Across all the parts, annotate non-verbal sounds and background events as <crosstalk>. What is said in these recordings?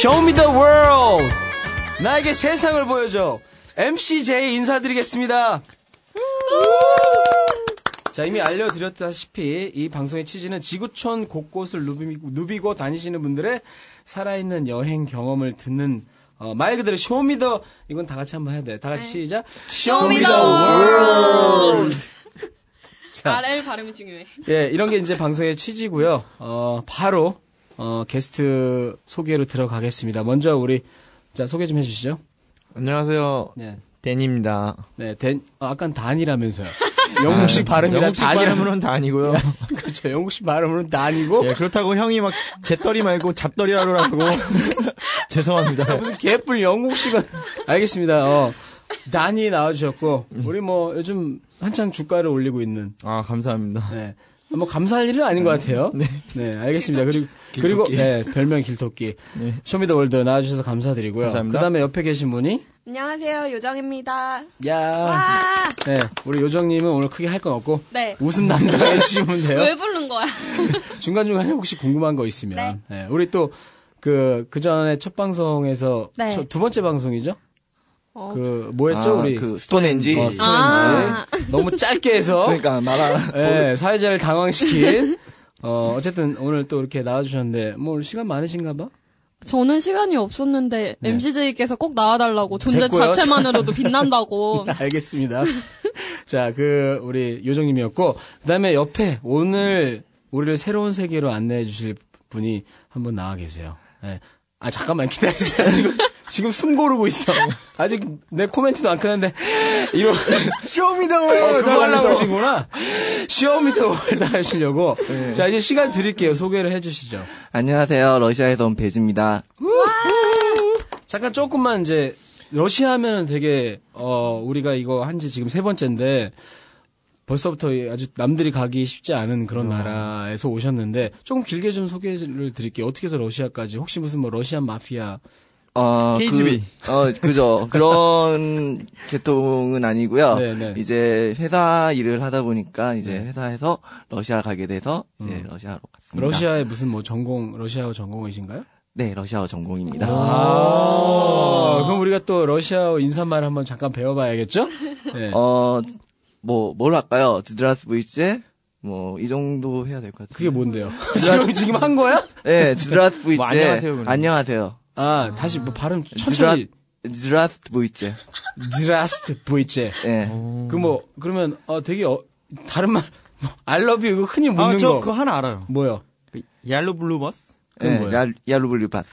Show me the world. 나에게 세상을 보여줘. MCJ 인사드리겠습니다. 자, 이미 알려드렸다시피 이 방송의 취지는 지구촌 곳곳을 누비고, 누비고 다니시는 분들의 살아있는 여행 경험을 듣는 어, 말 그대로 쇼미더 이건 다 같이 한번 해야 돼. 다 같이 시작. 네. Show me the world. 자, RL 발음이 중요해. 예, 이런 게 이제 방송의 취지고요. 어, 바로 어, 게스트 소개로 들어가겠습니다. 먼저 우리 자, 소개 좀 해주시죠. 안녕하세요. 네, 데니입니다. 네, 댄, 아, 아깐 단이라면서요. <laughs> 영국식 발음이랑 영국식 단이라면 발음으로는 다 아니고요. <laughs> 그렇죠. 영국식 발음으로는 단이고 <laughs> 예, 그렇다고 형이 막 잿더리 말고 잡더리라고 <laughs> 죄송합니다. 무슨 개뿔 영국식은 알겠습니다. 어, 단이 나와주셨고 우리 뭐 요즘 한창 주가를 올리고 있는 아 감사합니다. 네. 뭐 감사할 일은 아닌 것 같아요. 네. 알겠습니다. 그리고 그리고 네, 별명 길토끼. 쇼미더월드 나와주셔서 감사드리고요. 감사합니다. 그다음에 옆에 계신 분이 안녕하세요, 요정입니다. 야. 와! 네, 우리 요정님은 오늘 크게 할 건 없고 네. 웃음 담당해 <laughs> 주시면 돼요. 왜 부른 거야? 중간 중간에 혹시 궁금한 거 있으면. 네. 우리 또 그 그전에 첫 방송에서 네. 첫- 두 번째 방송이죠? 어. 그 뭐였죠 아, 우리 그 스톤엔지. 어, 스토리인지. 아. 너무 짧게 해서 <laughs> <laughs> 그러니까 나라. 예, 사회자를 당황시킨. 어, 어쨌든 오늘 또 이렇게 나와주셨는데, 뭐 오늘 시간 많으신가 봐? 저는 시간이 없었는데 네. MCJ께서 꼭 나와달라고 존재 됐고요. <laughs> 자체만으로도 어. 빛난다고. 알겠습니다. 자, 그, 우리 요정님이었고, 그 다음에 옆에 오늘 우리를 새로운 세계로 안내해 주실 분이 한 분 나와 계세요. 예. 아, 잠깐만 기다리세요. <laughs> 지금, 지금 숨 고르고 있어. 아직 내 코멘트도 안 끝났는데, 이러, <laughs> 쇼미더월드! 그거 하려고 그러시구나. 쇼미더월드 하시려고. 자, 이제 시간 드릴게요. 소개를 해 주시죠. 안녕하세요. 러시아에서 온 배지입니다. 잠깐 조금만 이제 러시아 하면은 되게 어 우리가 이거 한 지 지금 세 번째인데 벌써부터 이 아주 남들이 가기 쉽지 않은 그런 나라에서 오셨는데 조금 길게 좀 소개를 드릴게요. 어떻게 해서 러시아까지 혹시 무슨 뭐 러시안 마피아 어, KGB. 그, 어, 그죠. 그런 <laughs> 계통은 아니고요. 네, 네. 이제 회사 일을 하다 보니까 이제 회사에서 러시아 가게 돼서 이제 러시아로 갔습니다. 음. 러시아의 무슨 뭐 전공 러시아어 전공이신가요? 네, 러시아어 전공입니다. 아 그럼 우리가 또 러시아어 인사말 한번 잠깐 배워봐야겠죠? 네. 어, 뭐, 뭘 할까요? 드드라스부이제? 뭐, 이 정도 해야 될 것 같아요. 그게 뭐 뭔데요? 지금 지금 한 거야? 네, <laughs> 드드라스부이제. 뭐 안녕하세요, 그러면. 안녕하세요. 아 다시 뭐 발음 천천히 드드라스부이제. 드라스트 보이체 예. 그 뭐 그러면 어 되게 어, 다른 말 뭐, 알러뷰 이거 흔히 묻는 아 저 거 그거 하나 알아요. 뭐야? 그 옐로 블루버스. 그건 예, 뭐예요? 야, 야루블리바스.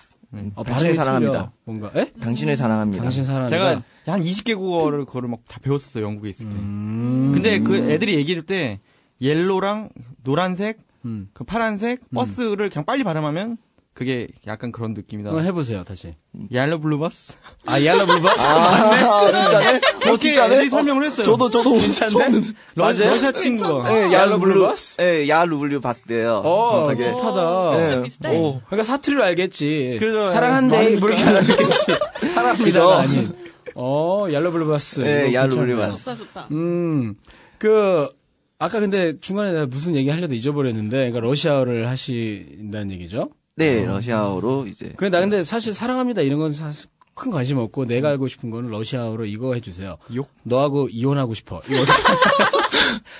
어, 발음이 당신을 사랑합니다. 아, 틀려. 뭔가? 에? 당신을 사랑합니다. 당신 사랑한다. 제가 한 20개 국어를 그거를 막 다 배웠어요 영국에 있을 때. 음, 근데 그 애들이 얘기해줄 때 옐로랑 노란색, 음. 그 파란색 버스를 그냥 빨리 발음하면 그게 약간 그런 느낌이다. 한번 해보세요 다시. 옐로 블루버스. 아 옐로블버스 아, 진짜네? 어, 이렇게 진짜네? 애들이 설명을 했어요. 저도, 저도. 네, 괜찮네? 러- 맞아요? 러시아 친구가. 야루블루바스? 예, 야루블루바스예요 어 정확하게. 비슷하다. 예. 비슷해? 오. 그러니까 사투리를 알겠지. 그래서 사랑한데 아닙니까? 뭐 이렇게 안 알겠지. 사랑합니다. 아닌. 어 옐로블루버스. 예, 이거 괜찮네요. 야루블루바스. 좋다, 좋다. 음, 그, 아까 근데 중간에 내가 무슨 얘기 하려다 잊어버렸는데, 그러니까 러시아어를 하신다는 얘기죠? 네, 러시아어로 이제. 근데 나 근데 사실 사랑합니다 이런 건 사실 큰 관심 없고, 내가 알고 싶은 거는 러시아어로 이거 해주세요. 욕? 너하고 이혼하고 싶어. 이거 어떡해? <laughs>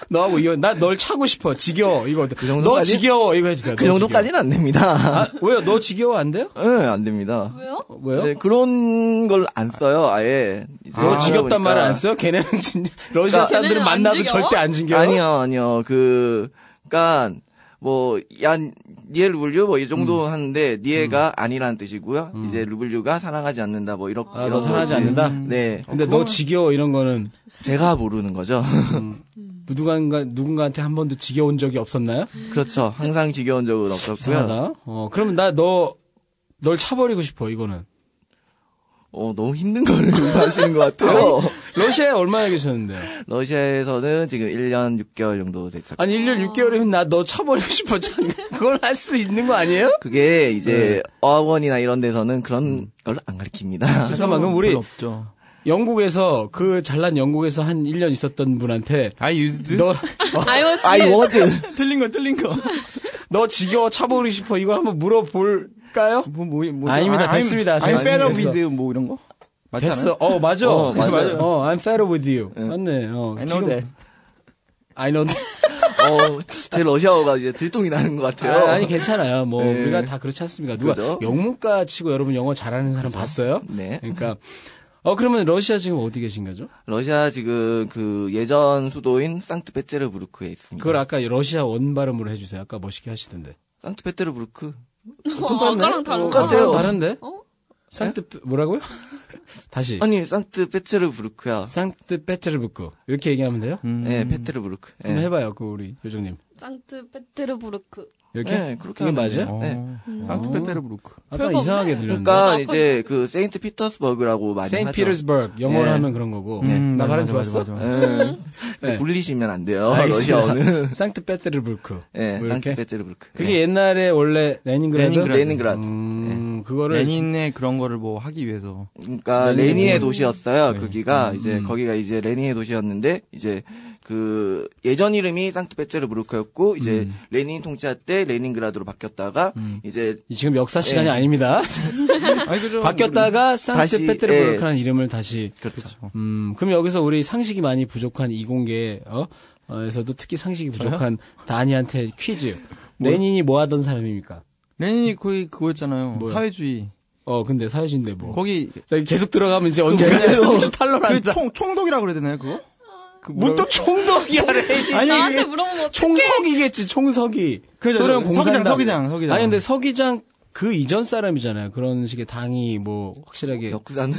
너하고 이혼, 나 널 차고 싶어. 지겨워. 이거. 어떡해? 너그 정도까지? 지겨워. 이거 해주세요. 그 너 정도까지는 안 지겨워. 됩니다. 아, 왜요? 너 지겨워 안 돼요? 예, 안 됩니다. 왜요? 어, 왜요? 네, 그런 걸 안 써요, 아예. 이제 너 그러다 지겹단 보니까. 말을 안 써요? 걔네는 진 러시아 그러니까- 사람들은 걔네는 안 만나도 지겨워? 절대 안 진겨요? 아니요, 아니요. 그, 그니까, 뭐, 얀, 니엘 루블류, 뭐, 이 음. 정도 하는데, 니에가 아니라는 뜻이고요. 이제 루블류가 사랑하지 않는다, 뭐, 이렇게. 아, 너 사랑하지 않는다? 네. 근데 너 지겨워 이런 거는 제가 모르는 거죠. <laughs> 누군가 누군가한테 한 번도 지겨운 적이 없었나요? 그렇죠. 항상 지겨운 적은 없었고요. 이상하다. 어, 그러면 나 너 널 차버리고 싶어 이거는. 어, 너무 힘든 거를 <laughs> 요구하시는 것 같아요. 러시아에 얼마나 계셨는데? 러시아에서는 지금 1년 6개월 정도 됐었고. 아니 1년 6개월이면 나 너 차버리고 싶어. 참, 그걸 할 수 있는 거 아니에요? 네. 음. 그게 이제 어학원이나 이런 데서는 그런 걸 안 가르칩니다. 잠깐만 그럼 우리 별로 없죠. 영국에서 그 잘난 영국에서 한 1년 있었던 분한테 I used <laughs> 너 너 I 아, <laughs> was I was. 틀린 거 틀린 거. 지겨워 차버리고 싶어 이걸 한번 물어볼 까요? 뭐, 뭐, 뭐. 아닙니다. 됐습니다. I'm fed up 됐어. with 뭐 이런 거? 맞지 않아요? 됐어. 어, 맞아. 어, <laughs> 맞아요. 어, I'm fed up with you. 응. 맞네. 어, I know that. I know that. 어, 제 러시아어가 이제 들통이 나는 것 같아요. 아, 아니 괜찮아요. 뭐 네. 우리가 다 그렇지 않습니까? 누가 그죠? 영문과 치고 여러분 영어 잘하는 사람 봤어요? 네. 그러니까 어 그러면 러시아 지금 어디 계신 거죠? 러시아 지금 그 예전 수도인 상트페테르부르크에 있습니다. 그걸 아까 러시아 원 발음으로 해주세요. 아까 멋있게 하시던데. 상트페테르부르크. 어, 아까랑 다른 거. 똑같아요. 네? 다른데? 어? 상트 뭐라고요? <laughs> 다시. 아니 상트페테르부르크야. 상트페테르부크 이렇게 얘기하면 돼요? 음. 네, 페테르부르크. 예. 한번 해봐요, 그 우리 요정님. 상트페테르부르크. 이렇게 네, 그렇게 이게 하면 맞아요? 돼요. 어. 네. 상트페테르부르크. 아까 별거 이상하게 들렸는데. 그러니까 음. 이제 그 세인트 피터스버그라고 많이 어. 세인트 하죠. 피터스버그 영어로 예. 하면 그런 거고. 음, 나 발음 맞아, 맞아, 좋았어? 맞아, 맞아. 예. 네. 불리시면 안 돼요. 알겠습니다. 러시아어는. 상트페테르부르크. 예, 뭐 이렇게. 상트페테르부르크. 예. 그게 옛날에 원래 레닌그라드. 레닌그라드. 레닌그라드. 네. 음, 그거를 레닌의 그런 거를 뭐 하기 위해서. 그러니까 레니. 레니의 도시였어요. 네. 거기가 이제 거기가 이제 레니의 도시였는데 이제 그 예전 이름이 상트페테르부르크였고 이제 레닌 통치할 때 레닌그라드로 바뀌었다가 이제 지금 역사 시간이 예. 아닙니다. <laughs> 아니, 그죠? 바뀌었다가 다시, 상트페테르부르크라는 이름을 다시 그렇죠. 음, 그럼 여기서 우리 상식이 많이 부족한 이공계 어? 에서도 특히 상식이 부족한 다니한테 퀴즈. 레닌이 뭐 하던 사람입니까? 레닌이 거의 그거였잖아요. 뭐야? 사회주의. 어, 근데 사회주의인데 뭐. 거기 자, 계속 들어가면 이제 언제까지 그 탈론한다. 총, 총독이라 그래야 되나요, 그거? 그 뭐라고- 뭘또 총독이야, 레닌. 아니, 나한테 이게 물어보면 총석이겠지, 총석이. 그렇죠. 소련 석이장, 공산당. 석이장, 석이장. 아니, 근데 석이장 그 이전 사람이잖아요. 그런 식의 당이 뭐, 예. 확실하게. 역사는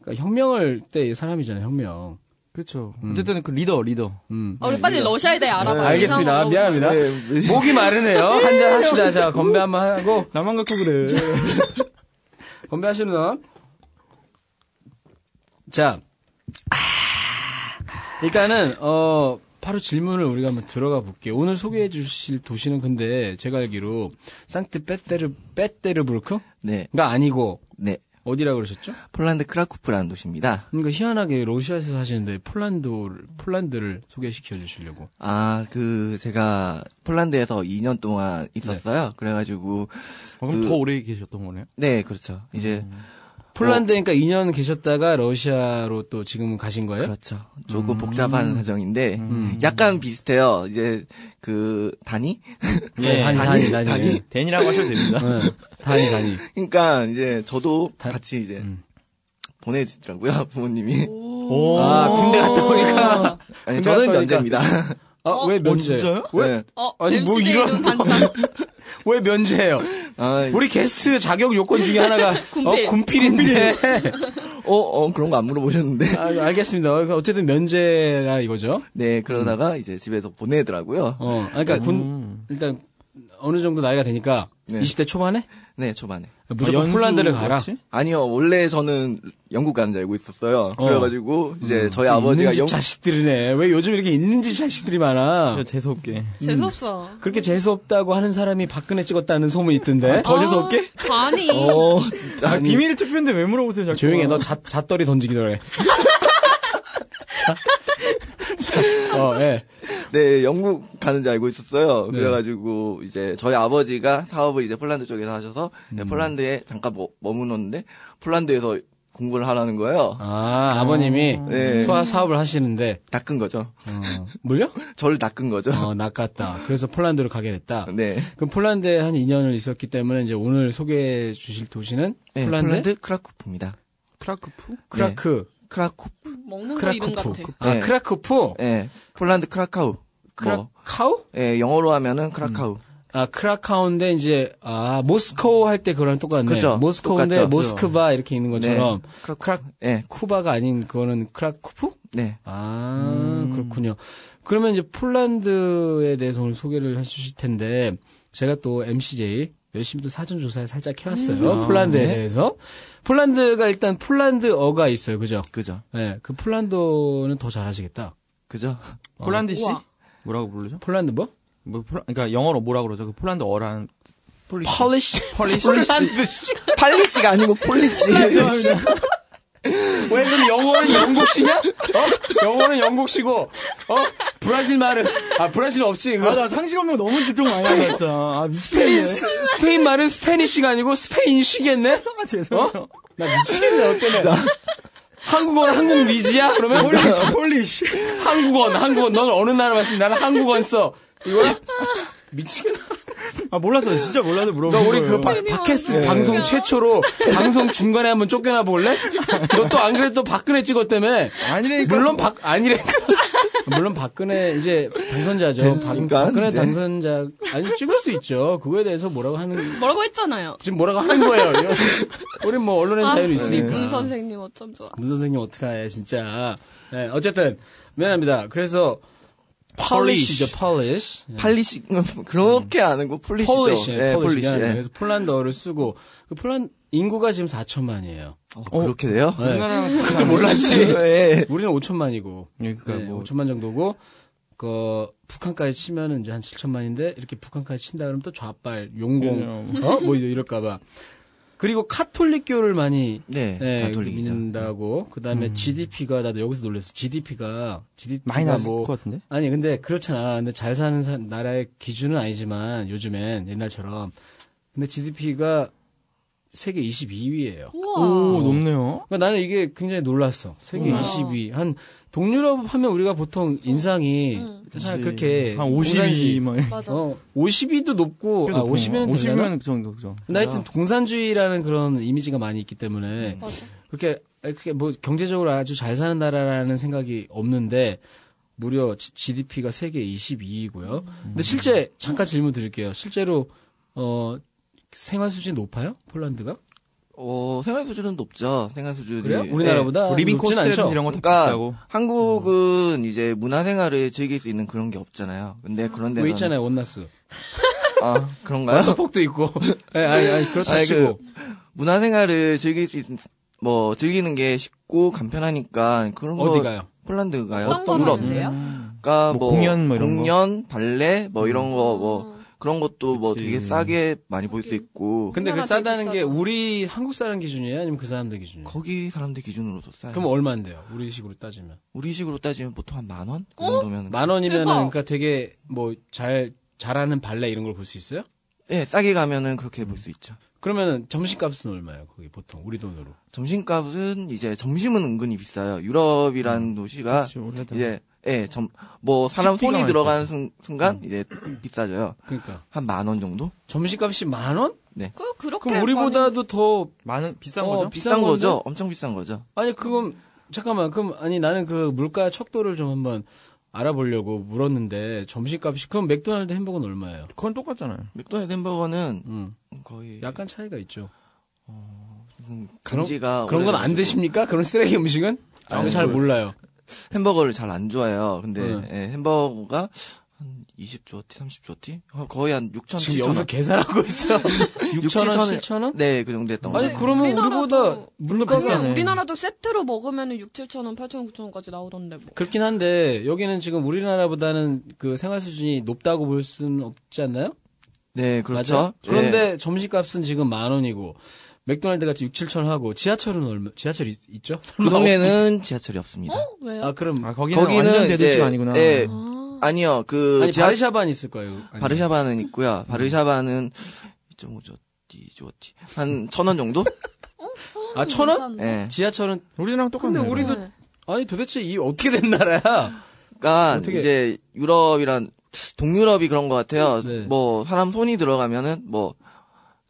그러니까 혁명을 때 사람이잖아요, 혁명. 그렇죠. 어쨌든 그 리더, 리더. 음. 어, 우리 빨리 러시아에 대해 알아봐. 네, 알겠습니다. 미안합니다. <laughs> 네. 목이 마르네요. 한잔 합시다. 자, 건배 한번 하고. 나만 갖고 그래. 건배하시는 분. 자. 아, 일단은, 어, 바로 질문을 우리가 한번 들어가 볼게요. 오늘 소개해 주실 도시는 근데 제가 알기로 상트페테르, 페테르부르크가 네. 아니고, 네. 어디라고 그러셨죠? 폴란드 크라쿠프라는 도시입니다. 그러니까 희한하게 러시아에서 사시는데 폴란드를, 폴란드를 소개시켜 주시려고. 아, 그 제가 폴란드에서 2년 동안 있었어요. 그래 가지고 어, 그럼 더 오래 계셨던 거네요? 네, 그렇죠. 이제 폴란드에 그러니까 2년 계셨다가 러시아로 또 지금 가신 거예요? 그렇죠. 조금 복잡한 사정인데 약간 비슷해요. 이제 그 단위? 네, 단위, 단위, 단위. 단위. 댄이라고 하셔도 됩니다. 네, 단위, 단위. 그러니까 이제 저도 다- 같이 이제 음. 보내주더라고요 부모님이. 오. 아, 군대 갔다 오니까. 근데 아니 저는 아까 면제입니다. 아, 왜 어, 면제? 진짜요? 네. 어, 아니, 뭐 MCJ 이런 <laughs> 좀 단단. 왜 면제예요? 아, 우리 게스트 자격 요건 중에 <laughs> 하나가 군필. 어, 군필인데. 어, 어 그런 거 안 <laughs> 물어보셨는데. 아, 알겠습니다. 어, 어쨌든 면제라 이거죠. 네 그러다가 이제 집에서 보내더라고요. 어, 아, 그러니까 군 음. 일단 어느 정도 나이가 되니까 네. 20대 초반에 네 초반에. 아, 무조건 아, 연수 폴란드를 가라. 그렇지? 아니요 원래 저는 영국 가는 줄 알고 있었어요. 어. 그래가지고 이제 저희 네, 아버지가 있는 집 영 자식들이네. 왜 요즘 이렇게 있는 집 자식들이 많아? 진짜 재수없게. 재수없어. 그렇게 재수 없다고 하는 사람이 박근혜 찍었다는 소문이 있던데. 더 재수없게? 간이. 어 진짜 아, 비밀 투표인데 왜 물어보세요, 자꾸. 조용히 해. 너 잣, 잣떨이 던지기 전에. 자, 자, 어, 예. 네 영국 가는 줄 알고 있었어요. 네. 그래가지고 이제 저희 아버지가 사업을 이제 폴란드 쪽에서 하셔서 음. 네, 폴란드에 잠깐 머, 머무는데 폴란드에서 공부를 하라는 거예요. 아, 아버님이 네. 소화 사업을 하시는데 낚은 거죠. 어, 물려? 저를 낚은 거죠. 어, 낚았다. 그래서 폴란드로 가게 됐다. <laughs> 네. 그럼 폴란드에 한 2년을 있었기 때문에 이제 오늘 소개해 주실 도시는 네, 폴란드, 폴란드 크라쿠프입니다. 크라크프? 크라크, 크라쿠프. 먹는 거 이름 크라코프. 같아. 아, 네. 크라코프? 예. 폴란드 크라카우. 뭐, 크라카우? 예, 영어로 하면은 크라카우. 아, 크라카우인데 이제 아, 모스코우 할 때 그거랑 똑같네. 그죠. 모스코우인데 똑같죠. 네. 모스크바 이렇게 있는 것처럼 크라- 크라 예. 쿠바가 아닌 그거는 크라쿠프? 네. 아, 그렇군요. 그러면 이제 폴란드에 대해서 오늘 소개를 해주실 텐데, 제가 또 MCJ, 열심히 또 사전 조사를 살짝 해왔어요. 폴란드에 네. 대해서. 폴란드가 일단 폴란드어가 있어요. 그죠? 그죠. 네, 그 폴란드어는 더 잘하시겠다. 그죠. <laughs> 어. 폴란드시? 우와. 뭐라고 부르죠? 폴란드 뭐? 뭐, 폴라, 그러니까 영어로 뭐라 그러죠? 그 폴란드 어란. 폴리시. 폴리시. 폴란드시. <laughs> 네, 팔리시가 아니고 폴리시. 왜 그럼 영어는 영국식이야? 어? 영어는 영국식이고, 어? 브라질 말은, 아, 브라질 없지. 아, 그 나 상식 없는 거 너무 집중 많이 한다, 진짜. 아, 미치겠네. 스페인 말은 스페니쉬가 아니고 스페인식이겠네? 아, 어? 죄송해요. 나 미치겠네, 어때네. 한국어는 한국 리지야? 그러면? 폴리쉬. 한국어는, 한국어. 넌 어느 나라 말씀, 나는 한국어는 써. 이거야? 미치겠네. 아, 몰랐어. 진짜 몰라서 너 물어본 우리 거예요. 그 바, 괜히 뭐 팟캐스트 완전 방송 웃겨. 최초로 방송 중간에 한번 쫓겨나 볼래? 너 또 안 그래도 또 박근혜 찍었다며. 아니라니까. 물론 박 아니래. <laughs> 물론 박근혜 이제 당선자죠. 박, 됐으니까, 근혜 이제. 당선자 아니 찍을 수 있죠. 그거에 대해서 뭐라고 하는 뭐라고 했잖아요. 지금 뭐라고 하는 거예요. 이거. 우린 뭐 언론의 아, 자유 우리 있으니까. 문 선생님 어쩜 좋아. 문 선생님 어떡해 진짜. 네, 어쨌든 미안합니다. 그래서 네. Polish. 폴리시죠 폴리시. 팔리시 음, 그렇게 아는 거 폴리시죠. 음. 폴리시. 예, 폴리시. 폴리시. 예. 네, 그래서 폴란드어를 쓰고 그 폴란 인구가 지금 4천만이에요. 어, 그렇게 돼요? 네. 그때 몰랐지. 예. 우리는 5천만이고 그러니까 네, 뭐 5천만 정도고 그 북한까지 치면은 이제 한 7천만인데 이렇게 북한까지 친다 그러면 또 좌빨 용공 어? 뭐 이럴까 봐. 그리고 카톨릭교를 많이 네. 네, 가톨릭이죠. 믿는다고. 그다음에 GDP가 나도 여기서 놀랐어. GDP가 GDP가 많이 나을 뭐 것 같은데? 아니 근데 그렇잖아. 근데 잘 사는 사- 나라의 기준은 아니지만 요즘엔 옛날처럼 근데 GDP가 세계 22위예요. 우와. 오, 높네요. 그러니까 나는 이게 굉장히 놀랐어. 세계 우와. 22. 한 동유럽 하면 우리가 보통 인상이 응. 사실 그렇게 한 공산주의- 50이 막. 맞아. 어, 50위도 높고 아 50위는 50이면 되려나? 그 정도, 그죠? 근데 하여튼 공산주의라는 그런 이미지가 많이 있기 때문에 맞아. 그렇게 그렇게 뭐 경제적으로 아주 잘 사는 나라라는 생각이 없는데 무려 GDP가 세계 22이고요. 음. 근데 실제 잠깐 질문 드릴게요. 실제로 어 생활 수준이 높아요? 폴란드가? 어, 생활 수준은 높죠. 생활 수준이. 네. 우리나라보다 뭐 리빙 높진 코스트 않죠? 이런 거다 그러니까 비싸고. 어. 한국은 이제 문화 생활을 즐길 수 있는 그런 게 없잖아요. 근데 그런 데는 음. 왜뭐 있잖아요 원나스 아, 그런가요? 폭도 <laughs> 있고 네, 아니 아니, 아니 그렇다 아니, 치고 문화 생활을 즐길 수 있는 뭐 즐기는 게 쉽고 간편하니까 그런 거 어디 가요? 폴란드 아, 가요. 어떤 유럽. 거를 그래요? 그러니까 뭐 뭐, 공연 뭐 이런 거? 공연, 발레 뭐 이런 어, 거 뭐 어. 그런 것도 뭐 그치. 되게 싸게 많이 볼 수 있고 근데 그 우리나라 싸다는 되게 게 비싸잖아. 우리 한국 사람 기준이에요 아니면 그 사람들 기준이에요? 거기 사람들 기준으로도 싸요. 그럼 뭐 얼마인데요? 우리식으로 따지면 우리 식으로 따지면 보통 한 만 원? 그 정도면 만 원이면 대박. 그러니까 되게 뭐 잘 잘하는 발레 이런 걸 볼 수 있어요? 예, 싸게 가면은 그렇게 볼 수 있죠. 그러면 점심값은 얼마예요? 거기 보통 우리 돈으로 점심값은 이제 점심은 은근히 비싸요. 유럽이라는 도시가 그치, 원래도. 이제 예, 점 뭐 사람 식비가 손이 많이 들어가는 순, 순간 이제 비싸져요. 그러니까 한 만 원 정도? 점심값이 만 원? 그 그렇게 그럼 우리보다도 더 많은 비싼 어, 거죠? 비싼 건데? 거죠? 엄청 비싼 거죠. 아니 그건 잠깐만 그럼 아니 나는 그 물가 척도를 좀 한번 알아보려고 물었는데 점심값이 그럼 맥도날드 햄버거는 얼마예요? 그건 똑같잖아요. 맥도날드 햄버거는 음 거의 약간 차이가 있죠. 음, 감지가 그런 건 안 오래돼가지고 드십니까? 그런 쓰레기 음식은? 아니, 저는 잘 그- 몰라요. 햄버거를 잘 안 좋아해요. 근데 네. 예, 햄버거가 한 20조티, 30조티? 어, 거의 한 6천, 지금 7천 여기서 원. 계산하고 <laughs> 있어. 6천 원, 7천 원? 네, 그 정도 했던 거. 아니 같아요. 그러면 우리나라도 우리보다 물가가 그러면 우리나라도 세트로 먹으면 6, 7천 원, 8천 원, 9천 원까지 나오던데 뭐. 그렇긴 한데 여기는 지금 우리나라보다는 그 생활 수준이 높다고 볼 수는 없지 않나요? 네, 그렇죠. 맞아요? 예. 그런데 점심값은 지금 만 원이고 맥도날드 같이 6, 7천 하고 지하철은 얼마? 지하철 이 있죠? 그 동네는 지하철이 없습니다. 어? 왜요? 아 그럼 아, 아, 거기는, 완전 대도시가 아니구나. 예. 아. 아니요. 그 니 지하 바르샤반 있을 거예요. 아니면. 바르샤바는 있고요. 바르샤바는 2.5조티, 2조티. 한 천 원 정도? 아, 천 원? 괜찮네. 예. 지하철은 우리랑 똑같네. 근데 우리도 네. 아니 도대체 이 어떻게 된 나라야? 그러니까 어떻게- 이제 유럽이란 동유럽이 그런 것 같아요. 네. 뭐 사람 손이 들어가면은 뭐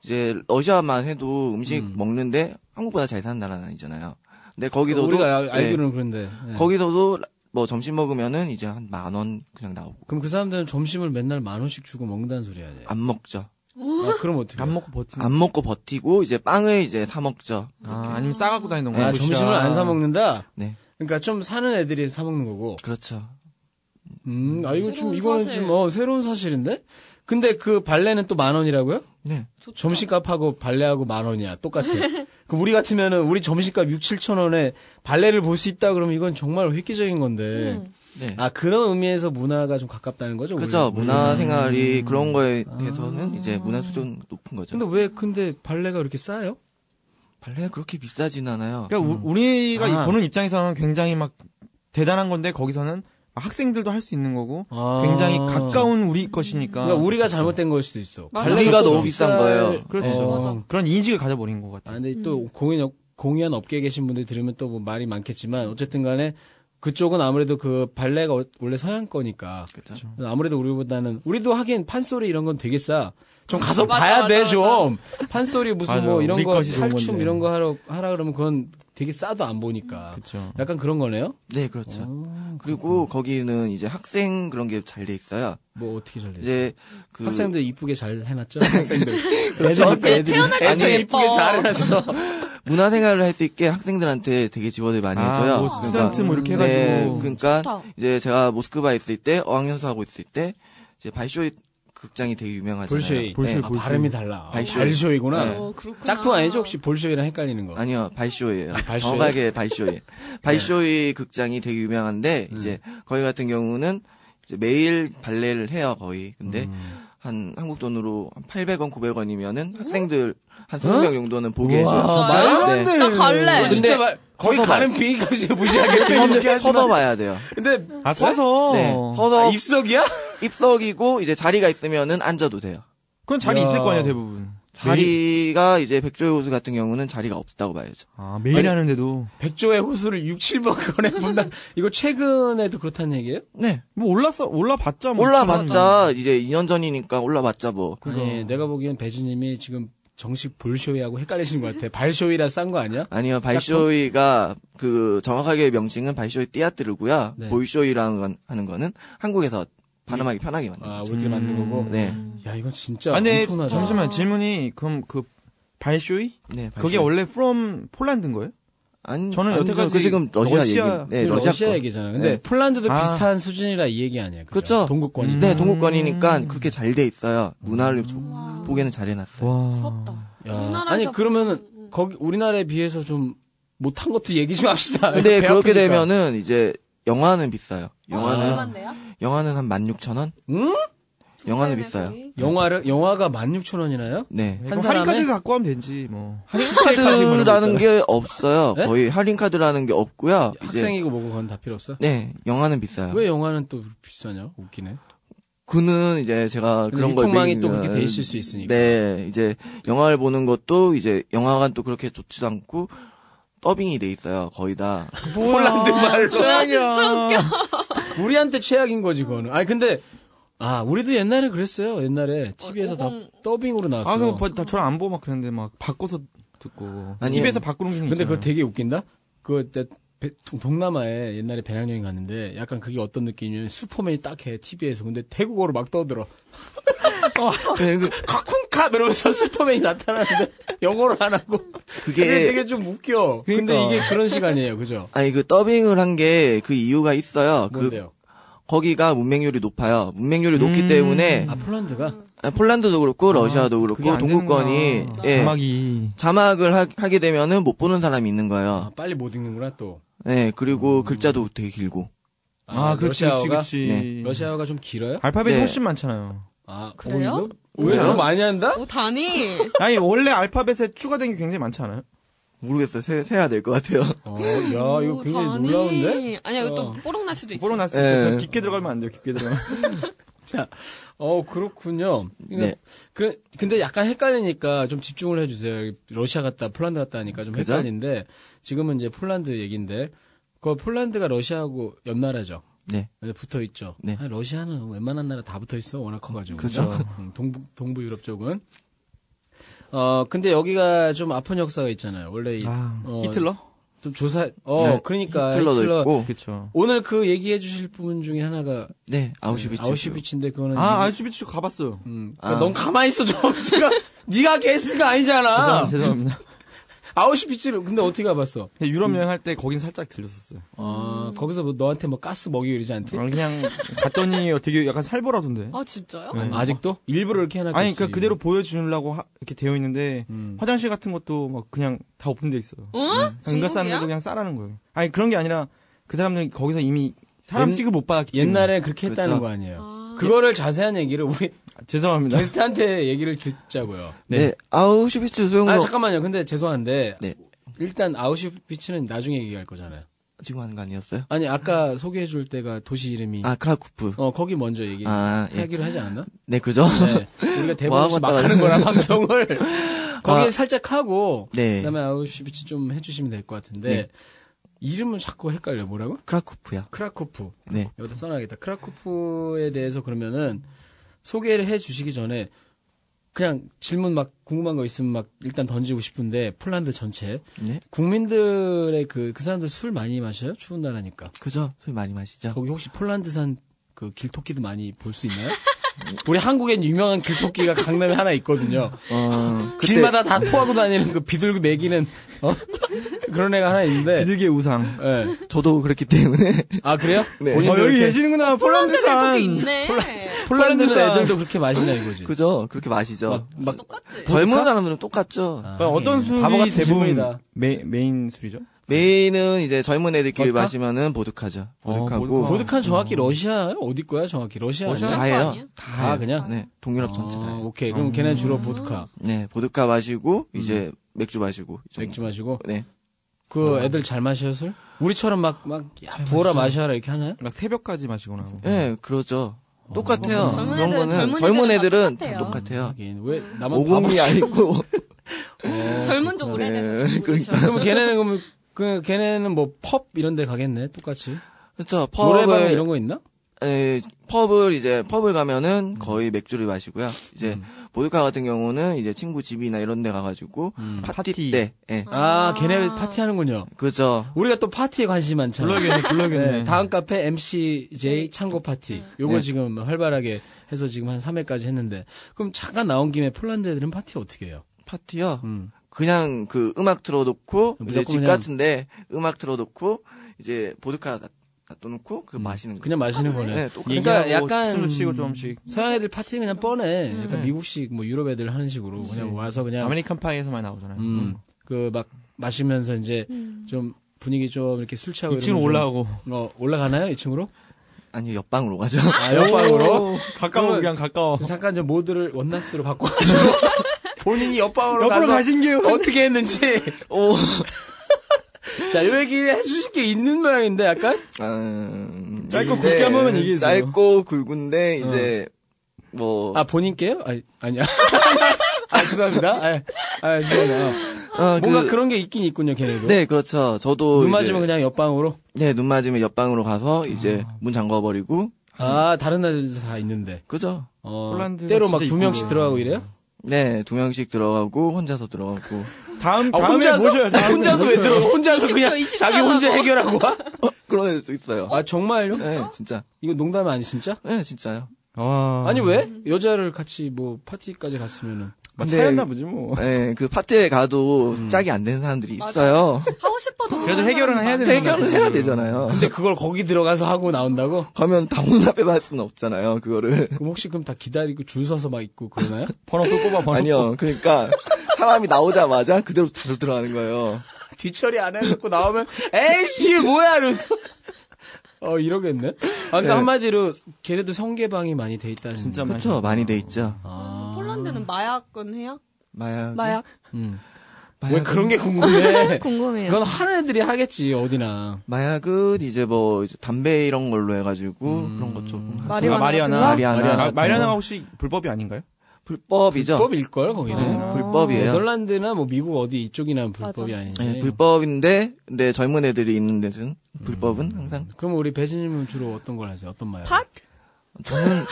이제 러시아만 해도 음식 먹는데 한국보다 잘 사는 나라는 아니잖아요. 근데 거기서도 우리가 예, 알- 알기로는 그런데 예. 거기서도 뭐 점심 먹으면은 이제 한 만 원 그냥 나오고 그럼 그 사람들은 점심을 맨날 만 원씩 주고 먹는다는 소리 아니에요? 안 먹죠. 아, 네. 그럼 어떻게? 안 먹고 버티는. 안 먹고 버티고 이제 빵을 이제 사 먹죠. 아, 아니면 싸갖고 다니던 거야. 아, 도시락. 점심을 안 사 먹는다. 네, 그러니까 좀 사는 애들이 사 먹는 거고. 그렇죠. 음, 아 이거 좀 새로운 이거는 사실. 좀 어, 새로운 사실인데. 근데 그 발레는 또 만 원이라고요? 네, 좋다. 점심값하고 발레하고 만 원이야. 똑같아. 그 우리 같으면은 우리 점심값 6, 7천 원에 발레를 볼 수 있다 그러면 이건 정말 획기적인 건데. 음. 네. 아, 그런 의미에서 문화가 좀 가깝다는 거죠? 그죠. 우리- 음. 아. 문화 생활이 뭐- 그런 거에 대해서는 이제 문화 수준 높은 거죠. 근데 왜 근데 발레가 이렇게 싸요? 발레가 그렇게 비싸진 않아요. 그러니까 우- 우리가 이- 아. 보는 입장에서는 굉장히 막 대단한 건데 거기서는 막 학생들도 할 수 있는 거고 아. 굉장히 가까운 우리 것이니까 아. 그러니까 우리가 잘못된 걸 수도 있어. 맞아. 우리가 발레가 너무 좀 비싼 비쌀- 거예요. 그렇죠. 어. 맞아. 음. 그런 인식을 가져버린 것 아, 같아요. 근데 또 공연 업- 공연 업계에 계신 분들 들으면 또 뭐 말이 많겠지만 어쨌든 간에 그쪽은 아무래도 그 발레가 어- 원래 서양 거니까 그렇죠. 아무래도 우리보다는 우리도 하긴 판소리 이런 건 되게 싸. 좀 가서 맞아, 봐야 맞아, 돼 맞아. 좀. 판소리 무슨 맞아, 뭐 이런 우리 거 것이 좋은 탈춤 건데. 이런 거 하러 하라 그러면 그건 되게 싸도 안 보니까. 그렇죠. 약간 아, 그런 거네요. 네, 그렇죠. 어, 그리고 거기는 이제 학생 그런 게 잘 돼 있어요. 뭐 어떻게 네. 잘 돼? 이제 그 학생들 이쁘게 잘 <laughs> 해놨죠. 학생들. 그렇죠. 애들 애들이 태어날 때도 애들이 예뻐. 이쁘게 잘 <laughs> 해놨어. 문화생활을 할 수 있게 학생들한테 되게 지원을 많이 해줘요. 뭐 그러니까 스턴트 뭐 이렇게 네, 해가지고 그러니까 좋다. 이제 제가 모스크바에 있을 때 어학연수 하고 있을 때 이제 발쇼이 극장이 되게 유명하잖아요. 볼쇼이. 볼쇼이. 아, 발음이 달라. 발쇼이. 발쇼이구나. 네. 어, 그렇구나. 짝퉁 아니죠? 혹시 볼쇼이랑 헷갈리는 거. 아니요, 발쇼이에요. 아, 네. 발쇼이? 정확하게 <laughs> 발쇼이. 발쇼이 극장이 되게 유명한데 음. 이제 거기 같은 경우는 이제 매일 발레를 해요 거의. 근데 음. 한 한국 돈으로 한 800원, 900원이면은 학생들 한 어? 20명 정도는 보게 해줘요. 와, 진짜요? 말도 안 네. 돼. 나 갈래. 근데 진짜 말, 거의 커서 가는 비행값이 무지하게 서서 봐야 돼요. 근데 아 서서 네, 아, 서서 입석이야? 입석이고 이제 자리가 있으면은 앉아도 돼요. 그건 자리 야. 있을 거 아니야 대부분. 네. 매일- 자리가 이제 백조의 호수 같은 경우는 자리가 없다고 봐야죠. 아 매일 아니- 하는데도 백조의 호수를 6, 7번 <laughs> 꺼내 본다. 이거 최근에도 그렇다는 얘기예요? 네. 뭐 올랐어 올라봤자 뭐 올라봤자 이제 2년 전이니까 올라봤자 뭐. 아니, 예, 내가 보기엔 배지님이 지금 정식 볼쇼이하고 헷갈리시는 것 같아. 발쇼이라 싼 거 아니야? 아니요, 발쇼이가 그 정확하게 명칭은 발쇼이 띠아뜨르고요. 네. 보이쇼이라는 건- 하는 거는 한국에서 발음하기 편하게 만든 아, 거죠. 우리끼리 만든 거고. 네. 야, 이건 진짜 아니 엄청나다. 잠시만 질문이 그럼 그 발쇼이 네, 그게 발쇼이. 원래 from 폴란드인 거예요? 아니, 저는 아니죠. 여태까지 그 지금 러시아, 러시아- 얘기. 네, 이거 러시아, 러시아 거. 얘기잖아. 근데 네. 폴란드도 아. 비슷한 수준이라 이 얘기 아니야. 그죠? 그쵸. 동국권이. 네, 동국권이니까 그렇게 잘 돼 있어요. 문화를 좀 와, 보기에는 잘 해놨어요. 와 부럽다. 야, 그 우리나라에서 아니 그러면은 보면, 음. 거기 우리나라에 비해서 좀 못한 것도 얘기 좀 합시다. 배 근데 네, 그렇게 아프니까. 되면은 이제 영화는 비싸요. 영화는 얼마인데요? 영화는 한 16,000원? 응? 영화는 네, 비싸요. 거의. 영화를 영화가 16,000원이나요? 네. 한 한 사람의- 할인까지 갖고 하면 되지 뭐 할인카드라는 게 없어요. 네? 거의 할인카드라는 게 없고요. 이제 학생이고 뭐고 그건 다 필요 없어. 네, 영화는 아. 비싸요. 왜 영화는 또 비싸냐? 웃기네. 그는 이제 제가 그런 걸 유통망이 매기면- 또 그렇게 돼 있을 수 있으니까. 네, 이제 영화를 보는 것도 이제 영화관 또 그렇게 좋지도 않고 더빙이 돼 있어요. 거의 다. 폴란드 말로. 아, 진짜 웃겨. 우리한테 최악인 거지 그거는. 아니 근데 아 우리도 옛날에 그랬어요. 옛날에 TV에서 오공- 다 더빙으로 나왔어. 아 그거 봐- 다 저랑 안 보고 막 그랬는데 막 바꿔서 듣고 아니, 입에서 바꾸는 기능 근데 있잖아요. 그거 되게 웃긴다. 그 동남아에 옛날에 배낭여행 갔는데 약간 그게 어떤 느낌이냐면 슈퍼맨이 딱 해 TV에서 근데 태국어로 막 떠들어. 어, 네, 그- 카쿵캅 이러면서 <laughs> 슈퍼맨이 나타나는데 영어를 안 하고 그게- 그게 되게 좀 웃겨. 근데 그러니까. 이게 그런 시간이에요, 그죠? 아니 그 더빙을 한 게 그 이유가 있어요. 그 뭔데요? 거기가 문맹률이 높아요. 문맹률이 높기 음. 어. 때문에 아 폴란드가 폴란드도 그렇고 러시아도 그게 그렇고 안 동구권이 되는구나. 예, 자막이 자막을 하, 하게 되면은 못 보는 사람이 있는 아, 거예요. 빨리 못 읽는구나 또. 네, 그리고 글자도 되게 길고. 아, 그렇지 러시아어가 네. 그렇지 그렇지 러시아가 좀 길어요? 알파벳이 네. 훨씬 많잖아요. 아 그래요? 네. 왜너 많이 한다? 오, 다니. 아니 원래 알파벳에 추가된 게 굉장히 많지 않아요? 모르겠어요. 세, 세야 될 것 같아요. 어, 야 이거 오, 굉장히 다니. <laughs> 놀라운데? 아니야, 이거 어. 또 뽀록 날 수도 있어. 보러 났을 예. 때. 전 깊게 들어가면 안 돼요. 깊게 들어가면. 자, 어 그렇군요. 그러니까 네. 그 근데 약간 헷갈리니까 좀 집중을 해주세요. 러시아 갔다 폴란드 갔다 하니까 좀 그죠? 헷갈리는데 지금은 이제 폴란드 얘기인데 그 폴란드가 러시아하고 옆 나라죠. 네. 붙어 있죠. 네. 아, 러시아는 웬만한 나라 다 붙어 있어 워낙 커가지고 그죠. 음, 동부 동부 유럽 쪽은 어 근데 여기가 좀 아픈 역사가 있잖아요. 원래 이- 어, 히틀러? 좀 조사 어 네. 그러니까 히틀러도 히틀러- 있고. 그쵸. 오늘 그 얘기해 주실 분 중에 하나가 네, 아우슈비츠. 아우슈비츠인데 그거는 아, 이- 아이슈비츠 가봤어요. 음, 아. 넌 가만히 있어 좀. <laughs> 지금 네가 게스트가 아니잖아. 죄송합니다. 죄송합니다. 아우슈비츠를 근데 어떻게 가봤어? 근데 <laughs> 유럽 여행할 때 거긴 살짝 들렸었어요. 아, 거기서 뭐 너한테 뭐 가스 먹이고 이러지 않대? 아, 그냥 갔더니 어, 되게 약간 어, 살벌하던데. 아, 진짜요? 네. 아직도? 일부러 이렇게 해놨겠지. 아니, 그러니까 그대로 보여주려고 하- 이렇게 되어 있는데 음. 화장실 같은 것도 막 그냥 다 오픈돼 있어요. 응? 응가 사람들도 중국이야? 그냥 싸라는 거예요. 아니 그런 게 아니라 그 사람들이 거기서 이미 사람 옛- 취급 못 받았기 때문에. 음. 옛날에 그렇게 했다는 그렇죠. 거 아니에요. 아. 그거를 자세한 얘기를 <laughs> 우리 아, 죄송합니다. 게스트한테 얘기를 듣자고요. 네. 아우슈비츠 소용로 아 잠깐만요. 근데 죄송한데 네. 일단 아우슈비츠는 나중에 얘기할 거잖아요. 지금 하는 거 아니었어요? 아니 아까 소개해 줄 때가 도시 이름이 아 크라쿠프. 어 거기 먼저 얘기 아 예. 하기로 하지 않았나? 네 그죠? 네. <laughs> 우리가 아. 대본에서 막 와우, 맞다. 하는 거라 <laughs> 방송을 거기에 살짝 하고 <laughs> 네. 그다음에 아우슈비츠 좀 해주시면 될 것 같은데 네. 이름은 자꾸 헷갈려 뭐라고? 크라쿠프야. 크라쿠프 네. 여기다 써놔야겠다. 크라쿠프에 대해서 그러면은 소개를 해주시기 전에 그냥 질문 막 궁금한 거 있으면 막 일단 던지고 싶은데 폴란드 전체 네. 국민들의 그 그 사람들 술 많이 마셔요? 추운 나라니까. 그죠? 술 많이 마시죠? 아, 거기 혹시 폴란드산 그 길토끼도 많이 볼 수 있나요? 우리 한국엔 유명한 길토끼가 강남에 하나 있거든요. <laughs> 어, 길마다 다 토하고 다니는 그 비둘기 매기는 어? 그런 애가 하나 있는데. 비둘기의 우상. 예. 저도 그렇기 때문에 아 그래요? 네. 본인도 어, 여기 이렇게 계시는구나. 폴란드 폴란드산. 길토끼 있네. 폴란드는 폴란드산. 애들도 그렇게 마시냐 이거지. 그죠? 그렇게 마시죠. 막, 막 똑같지. 젊은 사람들은 뭐, 똑같죠. 아, 어, 어떤 술이 바보 같은 대부분 질문이다. 메, 메인 술이죠? 메인은 이제 젊은 애들끼리 보드카? 어, 마시면은 보드카죠. 보드카고 보드카. 보드카 정확히 러시아 어디 거야 정확히 러시아 어. 러시아 아니야? 다예요. 아니야? 다 그냥 네, 동유럽 전체 아, 다예요. 음. 오케이 그럼 걔네 주로 보드카 네, 보드카 마시고 이제 맥주 마시고. 이 정도. 음. 맥주 마시고 네. 그 애들 잘 마셔요 술? 우리처럼 막 막 부어라 마셔라 이렇게 하나요? 막 그러니까 새벽까지 마시거나. 뭐. 하고. 네, 그러죠. 어, 똑같아요. 젊은 그런 애들은- 거는 젊은 젊은 애들은 애들은 다 다 똑같아요. 하긴 왜 나만 오공이 바보지? 아니고 <laughs> 어, 젊은 적 오래돼서 네, 잘 모르셔. 그러면 걔네는 그러면 그 걔네는 뭐 펍 이런 데 가겠네 똑같이 그렇죠. 노래방 펍을 이런 거 음. 있나? 에, 펍을 이제 펍을 가면은 거의 맥주를 마시고요. 이제 음. 보드카 같은 경우는 이제 친구 집이나 이런 데 가가지고 파티, 파티. 때, 예, 음. 아 걔네 파티하는군요. 그죠. 우리가 또 파티에 관심이 많잖아. 불러야겠네, 불러야겠네. 네, 다음 카페 MCJ 창고 파티. 요거 네. 지금 뭐 활발하게 해서 지금 한 3회까지 했는데. 그럼 잠깐 나온 김에 폴란드 애들은 파티 어떻게 해요? 파티요. 음. 그냥 그 음악 틀어놓고 이제 무조건 집 그냥- 같은데 음악 틀어놓고 이제 보드카 놔- 놔둬놓고 그 마시는 거. 음. 그냥 마시는 거네. 네, 똑같. 그러니까 얘기하고 약간- 술로 치고 조금씩. 서양 애들 파티는 그냥 뻔해. 약간 네. 미국식 뭐 유럽 애들 하는 식으로 그냥 와서 그냥 아메리칸 파이에서 많이 나오잖아요. 음. 그 막 마시면서 이제 음. 좀 분위기 좀 이렇게 술 취하고 2층으로 이러면 좀- 올라오고. 어, 올라가나요? 2층으로? 아니요 옆방으로 가죠. <laughs> 아, 옆방으로. 오, 가까워, 그러면- 그냥 가까워. 잠깐 좀 모드를 원나스로 바꿔 가지고 <laughs> 본인이 옆방으로 옆으로 가서 가신 게요. 어떻게 <laughs> 했는지 오. 자, 요 얘기를 해주실 게 있는 모양인데, 약간? 음, 짧고 굵게 한 번만 얘기해주세요. 짧고 굵은데 이제 뭐 아, 본인께요? 아니, 아니야. <laughs> 아, 죄송합니다. 아, 아, 죄송해요. 어, 뭔가 그- 그, 런 게 있긴 있군요, 걔네도. 어, 네 그렇죠. 저도 눈 이제- 맞으면 그냥 아. 옆방으로. 네, 눈 맞으면 옆방으로 가서 이제 문 잠궈버리고 아, 다른 나라들도 다 있는데. 그죠? 어, 폴란드가 때로 막 진짜 두 명씩 있구나. 들어가고 이래요? 네, 두 명씩 들어가고 혼자서 들어가고 <laughs> 다음, 아, 다음에 혼자서? 모셔야 돼. 혼자서 왜 <laughs> 들어? 혼자서 그냥 20초 자기 혼자 해결하고 와? 그런 애도 있어요. 아, 정말요? 네, 진짜. 이거 농담 아니, 진짜? 네, 진짜요. 와. 아니, 왜? 여자를 같이 뭐, 파티까지 갔으면은. 뭐 근데- 차였나 보지, 뭐. 네, 그 파티에 가도 음. 짝이 안 되는 사람들이 <laughs> 있어요. 하고 싶어도 그래도 해결은 해야 되는 해결은 해야 되잖아요. 근데 그걸 거기 들어가서 하고 나온다고? 가면 다문 앞에서 할 수는 없잖아요, 그거를. 그럼 혹시 그럼 다 기다리고 줄 서서 막 있고 <laughs> 그러나요? 번호 또 꼽아, 번호. 뭐. 아니요, 그러니까 사람이 나오자마자 그대로 다들 <laughs> 들어가는 거예요. 뒤처리 안 해놓고 나오면 <laughs> 에이씨 뭐야 이러면서 어 이러겠네. 아, 그러니까 네. 한마디로 걔네도 성계방이 많이 돼 있다는. 진짜 많이. 그쵸, 많이 돼 있죠. 아. 폴란드는 마약은 해요? 마약. 마약 어, 음. 마약은- 왜 그런 게 <laughs> 궁금해? 궁금해요. 그건 하는 애들이 하겠지 어디나. 마약은 이제 뭐 이제 담배 이런 걸로 해가지고 그런 것 조금 하죠. 마리아나 마리아나. 같은 거? 마리아나. 마리아나. 같은 마리아나가 거. 혹시 불법이 아닌가요? 불법이죠. 불법일 걸 네, 거기는. 아. 불법이에요. 네덜란드나 뭐 미국 어디 이쪽이나 불법이 맞아. 아니지. 네, 불법인데 근데 젊은 애들이 있는 데는 불법은 항상 그럼 우리 배진님은 주로 어떤 걸 하세요? 어떤 마약? 팟? <laughs> 저는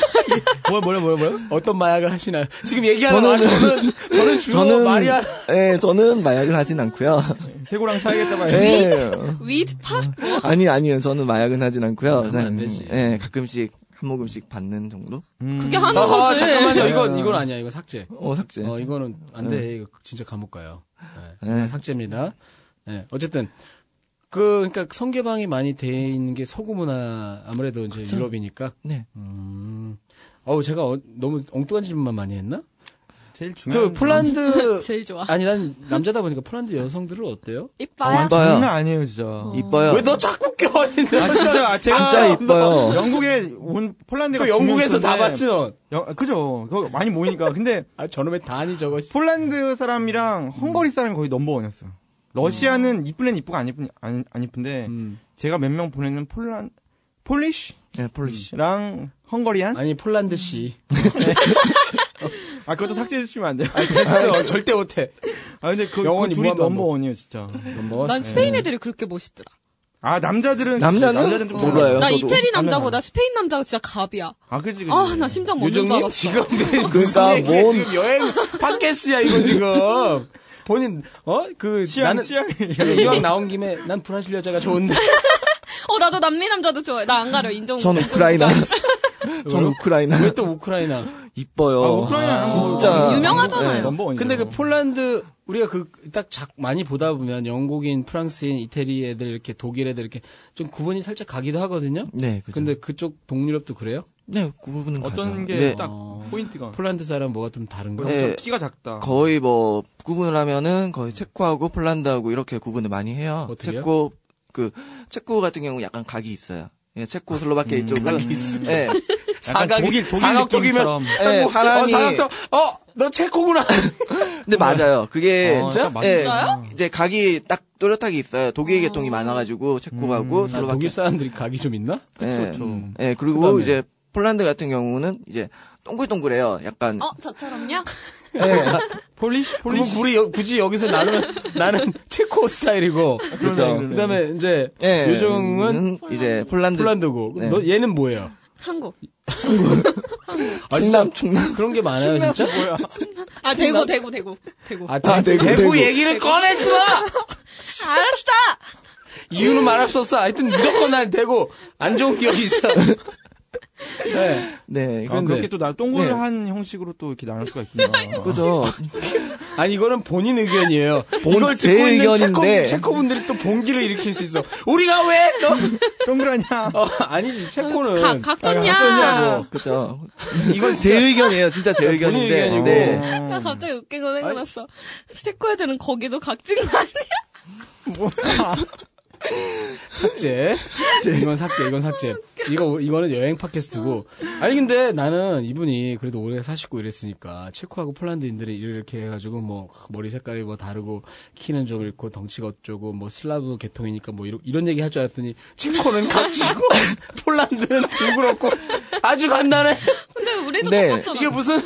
뭐야 뭐야 뭐야 뭐야? 어떤 마약을 하시나요? 지금 얘기하는 저는- 저는 <laughs> 저는, 저는 주로 저는 마리아 네, 저는 마약을 하진 않고요. 세고랑 차야겠다 봐요. 네. 위드 팟? 음. 아니 아니요. 저는 마약은 하진 않고요. 그러면 안 되지. 네, 가끔씩 한 모금씩 받는 정도? 음. 그게 하는 아, 거지. 잠깐만요. 이건 네. 이건 아니야. 이거 삭제. 어, 삭제. 어, 이거는 안 돼. 이거 진짜 감옥 가요. 네, 네. 삭제입니다. 네, 어쨌든 그 그러니까 성계방이 많이 돼 있는 게 서구 문화 아무래도 이제 유럽이니까. 네. 음. 어우 제가 어, 너무 엉뚱한 질문만 많이 했나? 제일 그 중요한 폴란드 제일 좋아. 아니 난 남자다 보니까 폴란드 여성들은 어때요? 이뻐요? 이뻐요. 어. 장난 아니에요 진짜. 이뻐요. 왜 너 자꾸 껴? 아 진짜 아, 제가 진짜 이뻐요. 영국에 온 폴란드가 그 두명 영국에서 뭐 다 있었는데 봤지 너. 영- 그죠. 그거 많이 모이니까. 근데 아 저놈의 단이 저거. 씨. 폴란드 사람이랑 헝가리 사람이 거의 넘버원이었어요. 러시아는 이쁜 애는 이쁘고 안 이쁜 안, 안 이쁜데 음. 제가 몇 명 보내는 폴란 폴리쉬랑 네, 폴리시. 음. 헝거리안 음. 아니 폴란드 씨. 아 그것도 삭제해 주시면 안 돼요. 됐어 <laughs> 절대 못해. 아 근데 그, 영원히 그 둘이 무한반복. 넘버원이에요 진짜. 넘버. 난 스페인 애들이 그렇게 멋있더라. 아 남자들은 남자는 남자들은 좀 몰라요. 나 네, 저도. 이태리 남자는 남자보다 스페인 남자가 진짜 갑이야. 아 그지 그지. 아, 나 심장 멈는 줄 요정님 알았어. 지금 그러니까 이게 뭔 지금 여행 팟캐스트야 이거 지금. 본인 어그 취향 나는 취향 이왕 나온 김에 난 브라질 여자가 <laughs> 좋은데. 어, 나도 남미 남자도 좋아해. 나 안 가려, 인정. <laughs> 전 우크라이나. 전 우크라이나. 왜 또 우크라이나? 이뻐요. 아, 우크라이나 진짜. 네, 뭐, 유명하잖아요. 네, 넘버원. 어. 근데 그 폴란드 우리가 그 딱 많이 보다 보면 영국인, 프랑스인, 이태리 애들 이렇게 독일 애들 이렇게 좀 구분이 살짝 가기도 하거든요. 네, 그죠. 근데 그쪽 동유럽도 그래요? 네, 구분은 가죠. 어떤 게 이제 딱 어. 포인트가 폴란드 사람 뭐가 좀 다른가? 네. 좀 키가 작다. 거의 뭐 구분을 하면은 거의 체코하고 폴란드하고 이렇게 구분을 많이 해요. 어떻게요? 체코 그 체코 같은 경우 약간 각이 있어요. 예, 체코 슬로바키아 이쪽은 예, 약간 사각이- 독일 독일 사각 느낌처럼. 예, 어, 사람이 사각도 어너 체코구나. 근데 맞아요. 그게 어, 진짜? 약간 맞- 예, 진짜요? 이제 각이 딱 또렷하게 있어요. 독일 계통이 많아가지고 체코하고 아, 슬로바키아. 독일 사람들이 각이 좀 있나? 예, 그쵸. 음. 예, 그리고 그다음에. 이제 폴란드 같은 경우는 이제 동글동글해요. 약간 어, 저처럼요? 네. <laughs> 폴리시 네. 그럼 우리 여- 굳이 여기서 나는 <laughs> 나는 체코 스타일이고 그죠. 그다음에 이제 예, 요정은 음, 이제 폴란드, 폴란드고 네. 너 얘는 뭐예요? 한국. 아, 진짜 충남 충남 그런 게 많아요 진짜. <laughs> 아, 대구, 대구, 대구. 대구. 아, 대구, 아, 대구, 대구 대구. 얘기를 꺼내지 마! 알았어! 이유는 말할 수 없어. 하여튼 무조건 난 대구 안 좋은 기억이 <laughs> 있어. 네. 네 아, 근데- 그렇게 또 나, 네. 동그란 형식으로 또 이렇게 나눌 <laughs> 수가 있구나. 네. 그죠 아니, 이거는 본인 의견이에요. 본- 이걸 제 듣고 있는 의견인데. 체코, 분들이 또 봉기를 일으킬 수 있어. 우리가 왜? 너? 동그라냐? 어, 아니지, 체코는. 각, 각졌냐? 그죠 이건 제 의견이에요 진짜 제 의견인데 의견이고. 네. 어. 나 갑자기 웃긴 거 생각났어. 체코 애들은 거기도 각진 거 아니야? <laughs> 삭제. 이건 삭제, 이건 삭제. 이거, 이거는 여행 팟캐스트고. 아니, 근데 나는 이분이 그래도 오래 사시고 이랬으니까, 체코하고 폴란드인들이 이렇게 해가지고, 뭐, 머리 색깔이 뭐 다르고, 키는 좀 이렇고, 덩치가 어쩌고, 뭐, 슬라브 계통이니까 뭐, 이런, 이런 얘기 할 줄 알았더니, 체코는 각지고, <laughs> 폴란드는 둥그렇고, 아주 간단해. 근데 우리도 네. 똑같잖아. 이게 무슨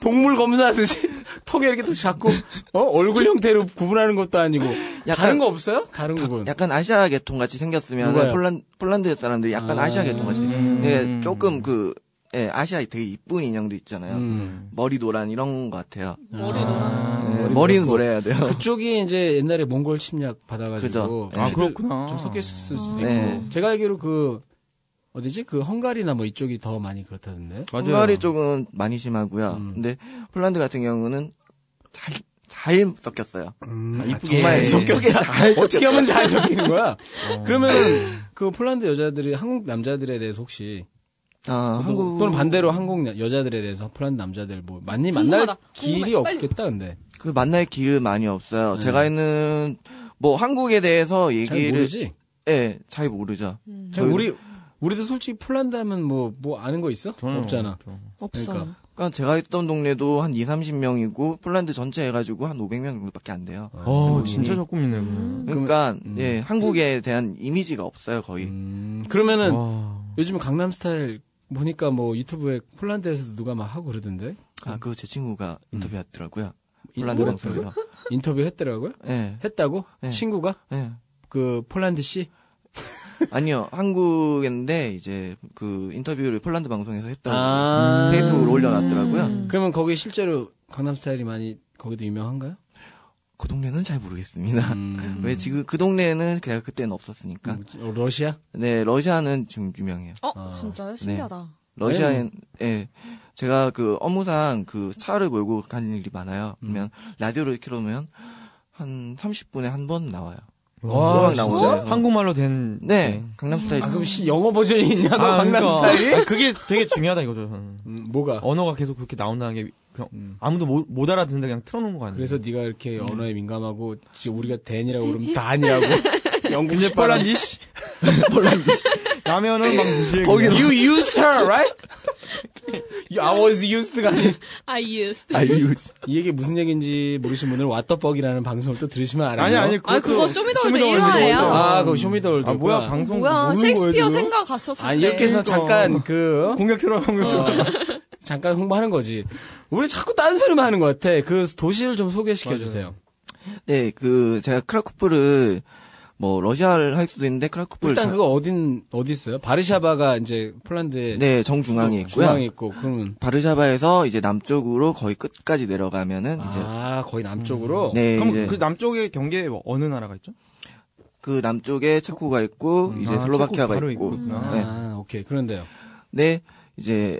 동물 검사하듯이, <laughs> 턱에 이렇게 또 자꾸, 어? 얼굴 형태로 구분하는 것도 아니고. 약간- 다른 거 없어요? 다른 부분. 약간 아시아 계통 같이 생겼으면 누가요? 폴란 폴란드 사람들이 약간 아. 아... 시아 계통 같이 음. 네, 예, 조금 그 예, 아시아 되게 이쁜 인형도 있잖아요 음. 머리 노란 이런 거 같아요 머리 노란. 예, 네. 아, 머리는 노래야 돼요 그쪽이 이제 옛날에 몽골 침략 받아가지고 그죠. 아, 아, 그렇구나. 좀 섞였을 아. 수도 있고 네. 제가 알기로 그 어디지 그 헝가리나 뭐 이쪽이 더 많이 그렇다던데 맞아요. 헝가리 쪽은 많이 심하고요 음. 근데 폴란드 같은 경우는 잘 잘 섞였어요. 아, 이쁘게. 정말 예. 음, 성격이 잘 어떻게 <laughs> 섞였어요. 하면 잘 섞이는 <laughs> 거야 그러면은 그 폴란드 여자들이 한국 남자들에 대해서 혹시 아, 한국 또는 반대로 한국 여- 여자들에 대해서 폴란드 남자들 뭐 많이 만날 궁금하다. 길이 궁금해. 빨리. 없겠다 근데 그 만날 길은 많이 없어요. 네. 제가 있는 뭐 한국에 대해서 잘 얘기를 모르지 예, 잘 모르죠. 음. 잘 우리 우리도 솔직히 폴란드 하면 뭐 뭐 아는 거 있어 저는 없잖아 없죠. 없어. 그러니까. 그러니까 제가 있던 동네도 한 2, 30명이고 폴란드 전체 해 가지고 한 500명 정도밖에 안 돼요. 어, 음. 진짜 적금이네. 그러니까 예, 한국에 대한 이미지가 없어요, 거의. 음, 그러면은 어. 와. 요즘 강남 스타일 보니까 뭐 유튜브에 폴란드에서도 누가 막 하고 그러던데 아, 그거 제 친구가 인터뷰했더라고요. 인- 폴란드 음. 뭐? 방송에서. 인터뷰 했더라고요? 예. 했다고? 네. 친구가? 예. 그 폴란드 씨? 아니요. 한국인데 이제 그 인터뷰를 폴란드 방송에서 했다고 아. 네. 페이스북으로 올려 놨더라고요. 음. 그러면 거기 실제로 강남 스타일이 많이 거기도 유명한가요? 그 동네는 잘 모르겠습니다. 음. 왜 지금 그 동네는 그냥 그때는 없었으니까. 어, 러시아? 네, 러시아는 지금 유명해요. 어, 아. 진짜요? 신기하다. 러시아엔 예. 제가 그 업무상 그 차를 몰고 가는 일이 많아요. 그러면 라디오를 켜놓으면 한 30분에 한 번 나와요. 와, 음악 나오잖아요. 한국말로 된. 네, 강남 스타일. 아, 그럼 시, 영어 버전이 있냐고, 강남 그러니까. 스타일이? 아, 그게 되게 중요하다 이거죠. 저는. 아, 음, 뭐가? 언어가 계속 그렇게 나온다는 게 그냥 아무도 못, 못 알아듣는데 그냥 틀어놓은 거 아니에요? 그래서 네가 이렇게 언어에 민감하고 지- 우리가 댄이라고 그러면 다 아니라고 <laughs> 영국 근데 폴란디시 라면은 막 무시해. 거기 you used her right? You- <laughs> I was used가 <laughs> 아닌 I 그 used. 아유, 이 얘기 무슨 얘기인지 모르신 분은 왓더벅이라는 방송을 또 들으시면 알아요. 아니 뭐 아니 아, 그거 쇼미더월드 일화예요. 아, 그거 쇼미더월드. 아 뭐야 그거야. 방송 뭐야, 모르는 셰익스피어 거예요, 지금? 생각 갔었을 아니 때. 이렇게 해서 그러니까. 잠깐 그 공격 들어 공격 어, 들어. 잠깐 홍보하는 거지. 우리 자꾸 딴 소리만 하는 것 같아. 그 도시를 좀 소개시켜 주세요. 네, 그 제가 크라쿠프를 뭐 러시아를 할 수도 있는데 크라쿠프를 일단 자- 그거 어딘 어디 있어요? 바르샤바가 이제 폴란드의 네 정중앙에 있고요. 중앙에 있고 그러면 바르샤바에서 이제 남쪽으로 거의 끝까지 내려가면은 이제 아 거의 남쪽으로. 네 그럼 이제 그 그, 남쪽의 경계에 어느 나라가 있죠? 남쪽에 체코가 있고 이제 아, 체코 슬로바키아가 바로 있고 있구나. 네. 아 오케이 그런데요. 네 이제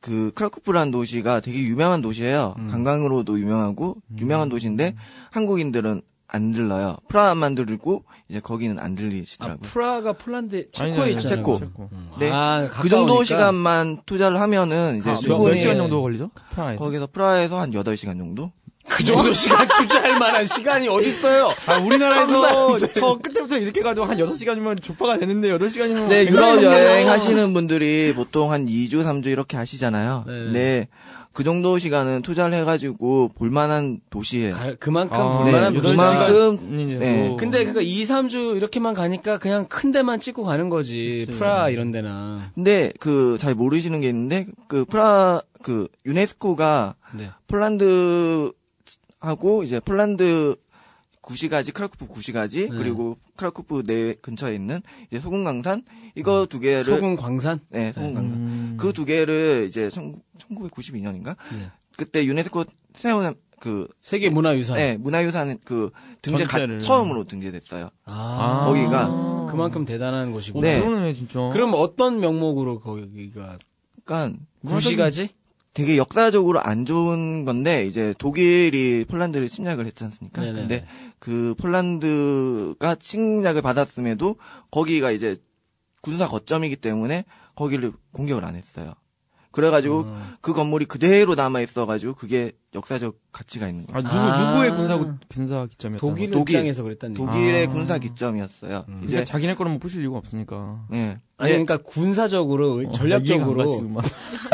그 크라쿠프라는 도시가 되게 유명한 도시예요. 음. 관광으로도 유명하고 유명한 도시인데 한국인들은 안 들러요. 프라만 들고 이제 거기는 안 아 들리시더라고요. 프라가 폴란드 체코에 아니, 아니, 아니, 있잖아요. 네. 체코. 체코. 음, 네. 아, 그 정도 가까우니까. 시간만 투자를 하면은 이제 아, 몇, 몇 일본에- 수분이 시간 정도 걸리죠? 프라하에. 거기서 프라하에서 한 8시간 정도? 그 네. 정도 시간 투자할 만한 시간이 어디 있어요? 아, 우리나라에서 감사합니다. 저 끝에부터 이렇게 가도 한 6시간이면 족파가 되는데 8시간이면 네, 유럽 여행 하시는 분들이 보통 한 2주, 3주 이렇게 하시잖아요. 네. 네. 그 정도 시간은 투자를 해가지고 볼만한 도시예요. 가- 그만큼 아, 네, 볼만한 여덟 도시가- 그만큼- 네. 네. 근데 그니까 2, 3주 이렇게만 가니까 그냥 큰 데만 찍고 가는 거지. 프라 이런 데나. 근데 그 잘 모르시는 게 있는데 그 프라 그 유네스코가 네. 폴란드하고 이제 폴란드 구시가지 크라쿠프 구시가지 네. 그리고 크라쿠프 내 근처에 있는 이제 소금강산 이거 두 개를 네. 소금 광산? 네, 소금강산 음. 그 두 개를 이제 1992년인가? 네. 그때 유네스코 세운 그 세계 문화유산. 네, 문화유산 그 등재 가, 전체를. 처음으로 등재됐어요. 아, 거기가. 그만큼 대단한 곳이고. 어, 네. 그러네 진짜. 그럼 어떤 명목으로 거기가 그러니까 구시가지? 되게 역사적으로 안 좋은 건데 이제 독일이 폴란드를 침략을 했지 않습니까? 네네네. 어. 근데 그 폴란드가 침략을 받았음에도 거기가 이제 군사 거점이기 때문에 거기를 공격을 안 했어요. 그래가지고 음. 그 건물이 그대로 남아 있어가지고 그게 역사적 가치가 있는 아, 거예요. 누구 아. 누구의 군사 군사 기점이었다. 독일 독일. 입장에서 그랬다는 얘기. 독일의 아. 군사 기점이었어요. 그러니까 이제 자기네 거는 뭐 부실 이유가 없으니까. 네. 아니, 그러니까 군사적으로, 전략적으로. <laughs>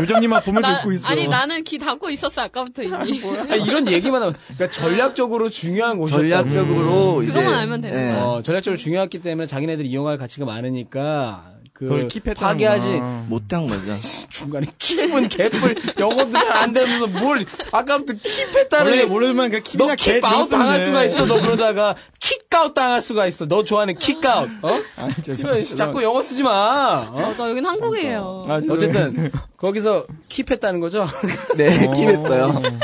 요정님만 보면 나- 듣고 있어. 아니, 나는 귀 닫고 있었어, 아까부터 이미. 아니, 이런 얘기만 하면. 그러니까 전략적으로 중요한 곳이었다. 음. 전략적으로 이제 그것만 알면 되는 네. 어, 전략적으로 중요했기 때문에 자기네들이 이용할 가치가 많으니까. 그, 그걸 킵했다. 파괴하지, 못한 거죠. 중간에 킵은 개뿔 영어도 잘 안 되면서 뭘 아까부터 킵했다는 원래 얘기- 모르면 그냥 너 킵이나 킵아웃 개 등수인데. 당할 수가 있어 너 그러다가 킥아웃 당할 수가 있어 너 좋아하는 킥아웃 어? 아니, 이런 죄송합니다. 씨 자꾸 영어 쓰지 마 어? 맞아, 여긴 한국이에요. 아, 죄송해요. 어쨌든 거기서 킵했다는 거죠 <laughs> 네, <laughs> 킵했어요.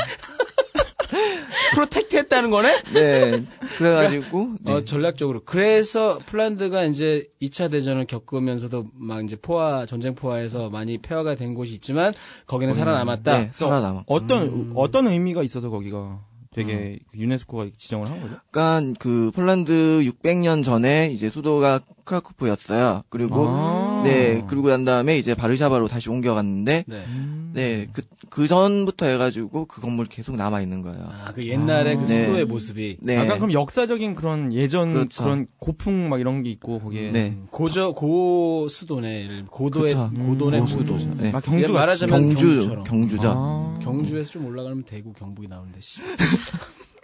프로텍트 했다는 거네 네. 그래가지고 네. 어, 전략적으로 그래서 폴란드가 이제 2차 대전을 겪으면서도 막 이제 포화 전쟁 포화에서 많이 폐허가 된 곳이 있지만 거기는 살아남았다 네, 살아남아. 어떤 음. 어떤 의미가 있어서 거기가 되게 그 유네스코가 지정을 한 거죠? 약간 그 폴란드 600년 전에 이제 수도가 크라쿠프였어요. 그리고 아. 네 그리고 난 다음에 이제 바르샤바로 다시 옮겨갔는데 네. 음. 네그 그 전부터 해가지고 그 건물 계속 남아 있는 거예요. 아, 그 옛날의 그 네. 수도의 모습이 네. 약간 그럼 역사적인 그런 예전 그 그렇죠. 런 고풍 막 이런 게 있고 거기에 음. 네. 고저 고수도네 고도의 그쵸. 음, 고도네 고수도. 네. 막 경주가 말하자면- 있어요. 경주 경주처럼. 경주죠. 아. 경주에서 좀 올라가면 대구 경북이 나오는데 씨.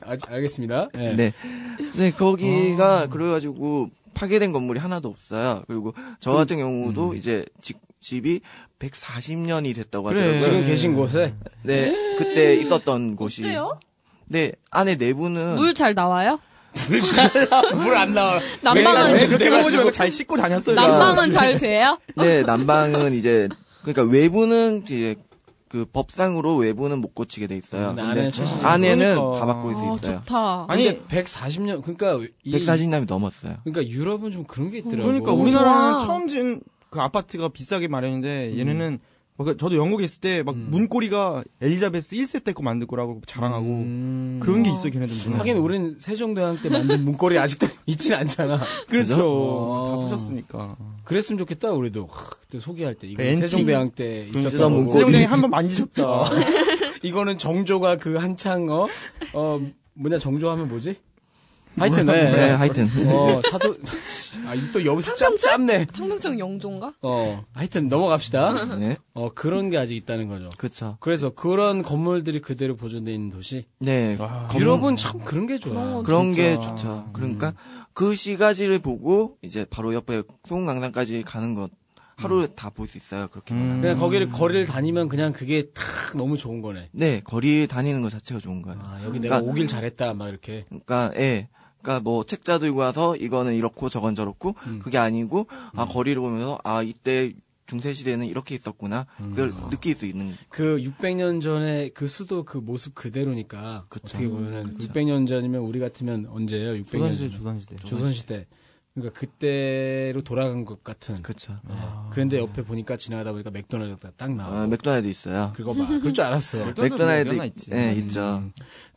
알, 알겠습니다. 예. 네. 네, 거기가 그래가지고 파괴된 건물이 하나도 없어요. 그리고 저 같은 경우도 이제 집, 집이 140년이 됐다고 그래. 하더라고요. 지금 네. 계신 곳에 네, 그때 있었던 곳이. 어때요? 네, 안에 내부는 물 잘 나와요? 물안 나와. 난방은, 왜 그렇게 물어보지 말고 잘 씻고 다녔어요. 난방은 잘 돼요? 네, 난방은 이제 그러니까 외부는 이제 그 법상으로 외부는 못 고치게 돼 있어요. 근데 근데 음, 안에는 최신- 안에는 그러니까. 다 바꿀 수 아, 있어요. 좋다. 아니 아니 140년 그러니까 이 140남이 넘었어요. 그러니까 유럽은 좀 그런 게 있더라고. 음. 그러니까 우리- 좋아. 우리나라는 처음 지은 그 아파트가 비싸게 마련인데 얘네는 막 그- 저도 영국에 있을 때 막 음. 문고리가 엘리자베스 1세 때 거 만들 거라고 자랑하고 음. 그런 게 있어요 걔네들 문화. 하긴 우린 세종대왕 때 만든 문고리 아직도 <laughs> 있진 않잖아. 그렇죠 그죠? 다 어. 보셨으니까 그랬으면 좋겠다 우리도 하, 그때 소개할 때 이거 그 엔팅. 세종대왕 때 있었던 쓰던 거고. 어. 문고리. 그 세종대왕이 한 번 아, 만지셨다 <laughs> 이거는 정조가 그 한창 어, 어 뭐냐 정조하면 뭐지? 하여튼 네. 네, 하여튼. <laughs> 어 사도 <laughs> 아또 여기서 짭 짭네. 탕평청 영종가? 어 하여튼 넘어갑시다. 네. 어 그런 게 아직 있다는 거죠. 그렇죠. 그래서 그런 건물들이 그대로 보존돼 있는 도시. 네. 와. 검- 아, 유럽은 음. 참 그런 게 좋아. 그런 그런 게 진짜. 좋죠. 그러니까 그 시가지를 보고 이제 바로 옆에 소금강당까지 가는 것 하루에 음. 다 볼 수 있어요. 그렇게. 음. 그냥 거기를 거리를 다니면 그냥 그게 탁 너무 좋은 거네. 네, 거리 다니는 것 자체가 좋은 거예요. 아 여기 내가 그러니까- 오길 잘했다 막 이렇게. 그러니까 예. 그러니까 뭐 책자 들고 와서 이거는 이렇고 저건 저렇고 그게 아니고 아 거리를 보면서 아 이때 중세 시대는 이렇게 있었구나. 그걸 느낄 수 있는 그 600년 전에 그 수도 그 모습 그대로니까 그쵸. 어떻게 보면은 600년 전이면 우리 같으면 언제예요? 600년 전. 조선시대 조선시대 음. 조선시대. 그러니까 그때로 돌아간 것 같은. 그렇죠. 예. 아. 그런데 옆에 보니까 지나가다 보니까 맥도날드가 딱 나와. 아, 고 맥도날드 있어요. 그거 봐. 그럴 줄 알았어. 맥도날드 맥도날드 하나 있- 있지. 네, 예, 음. 있죠.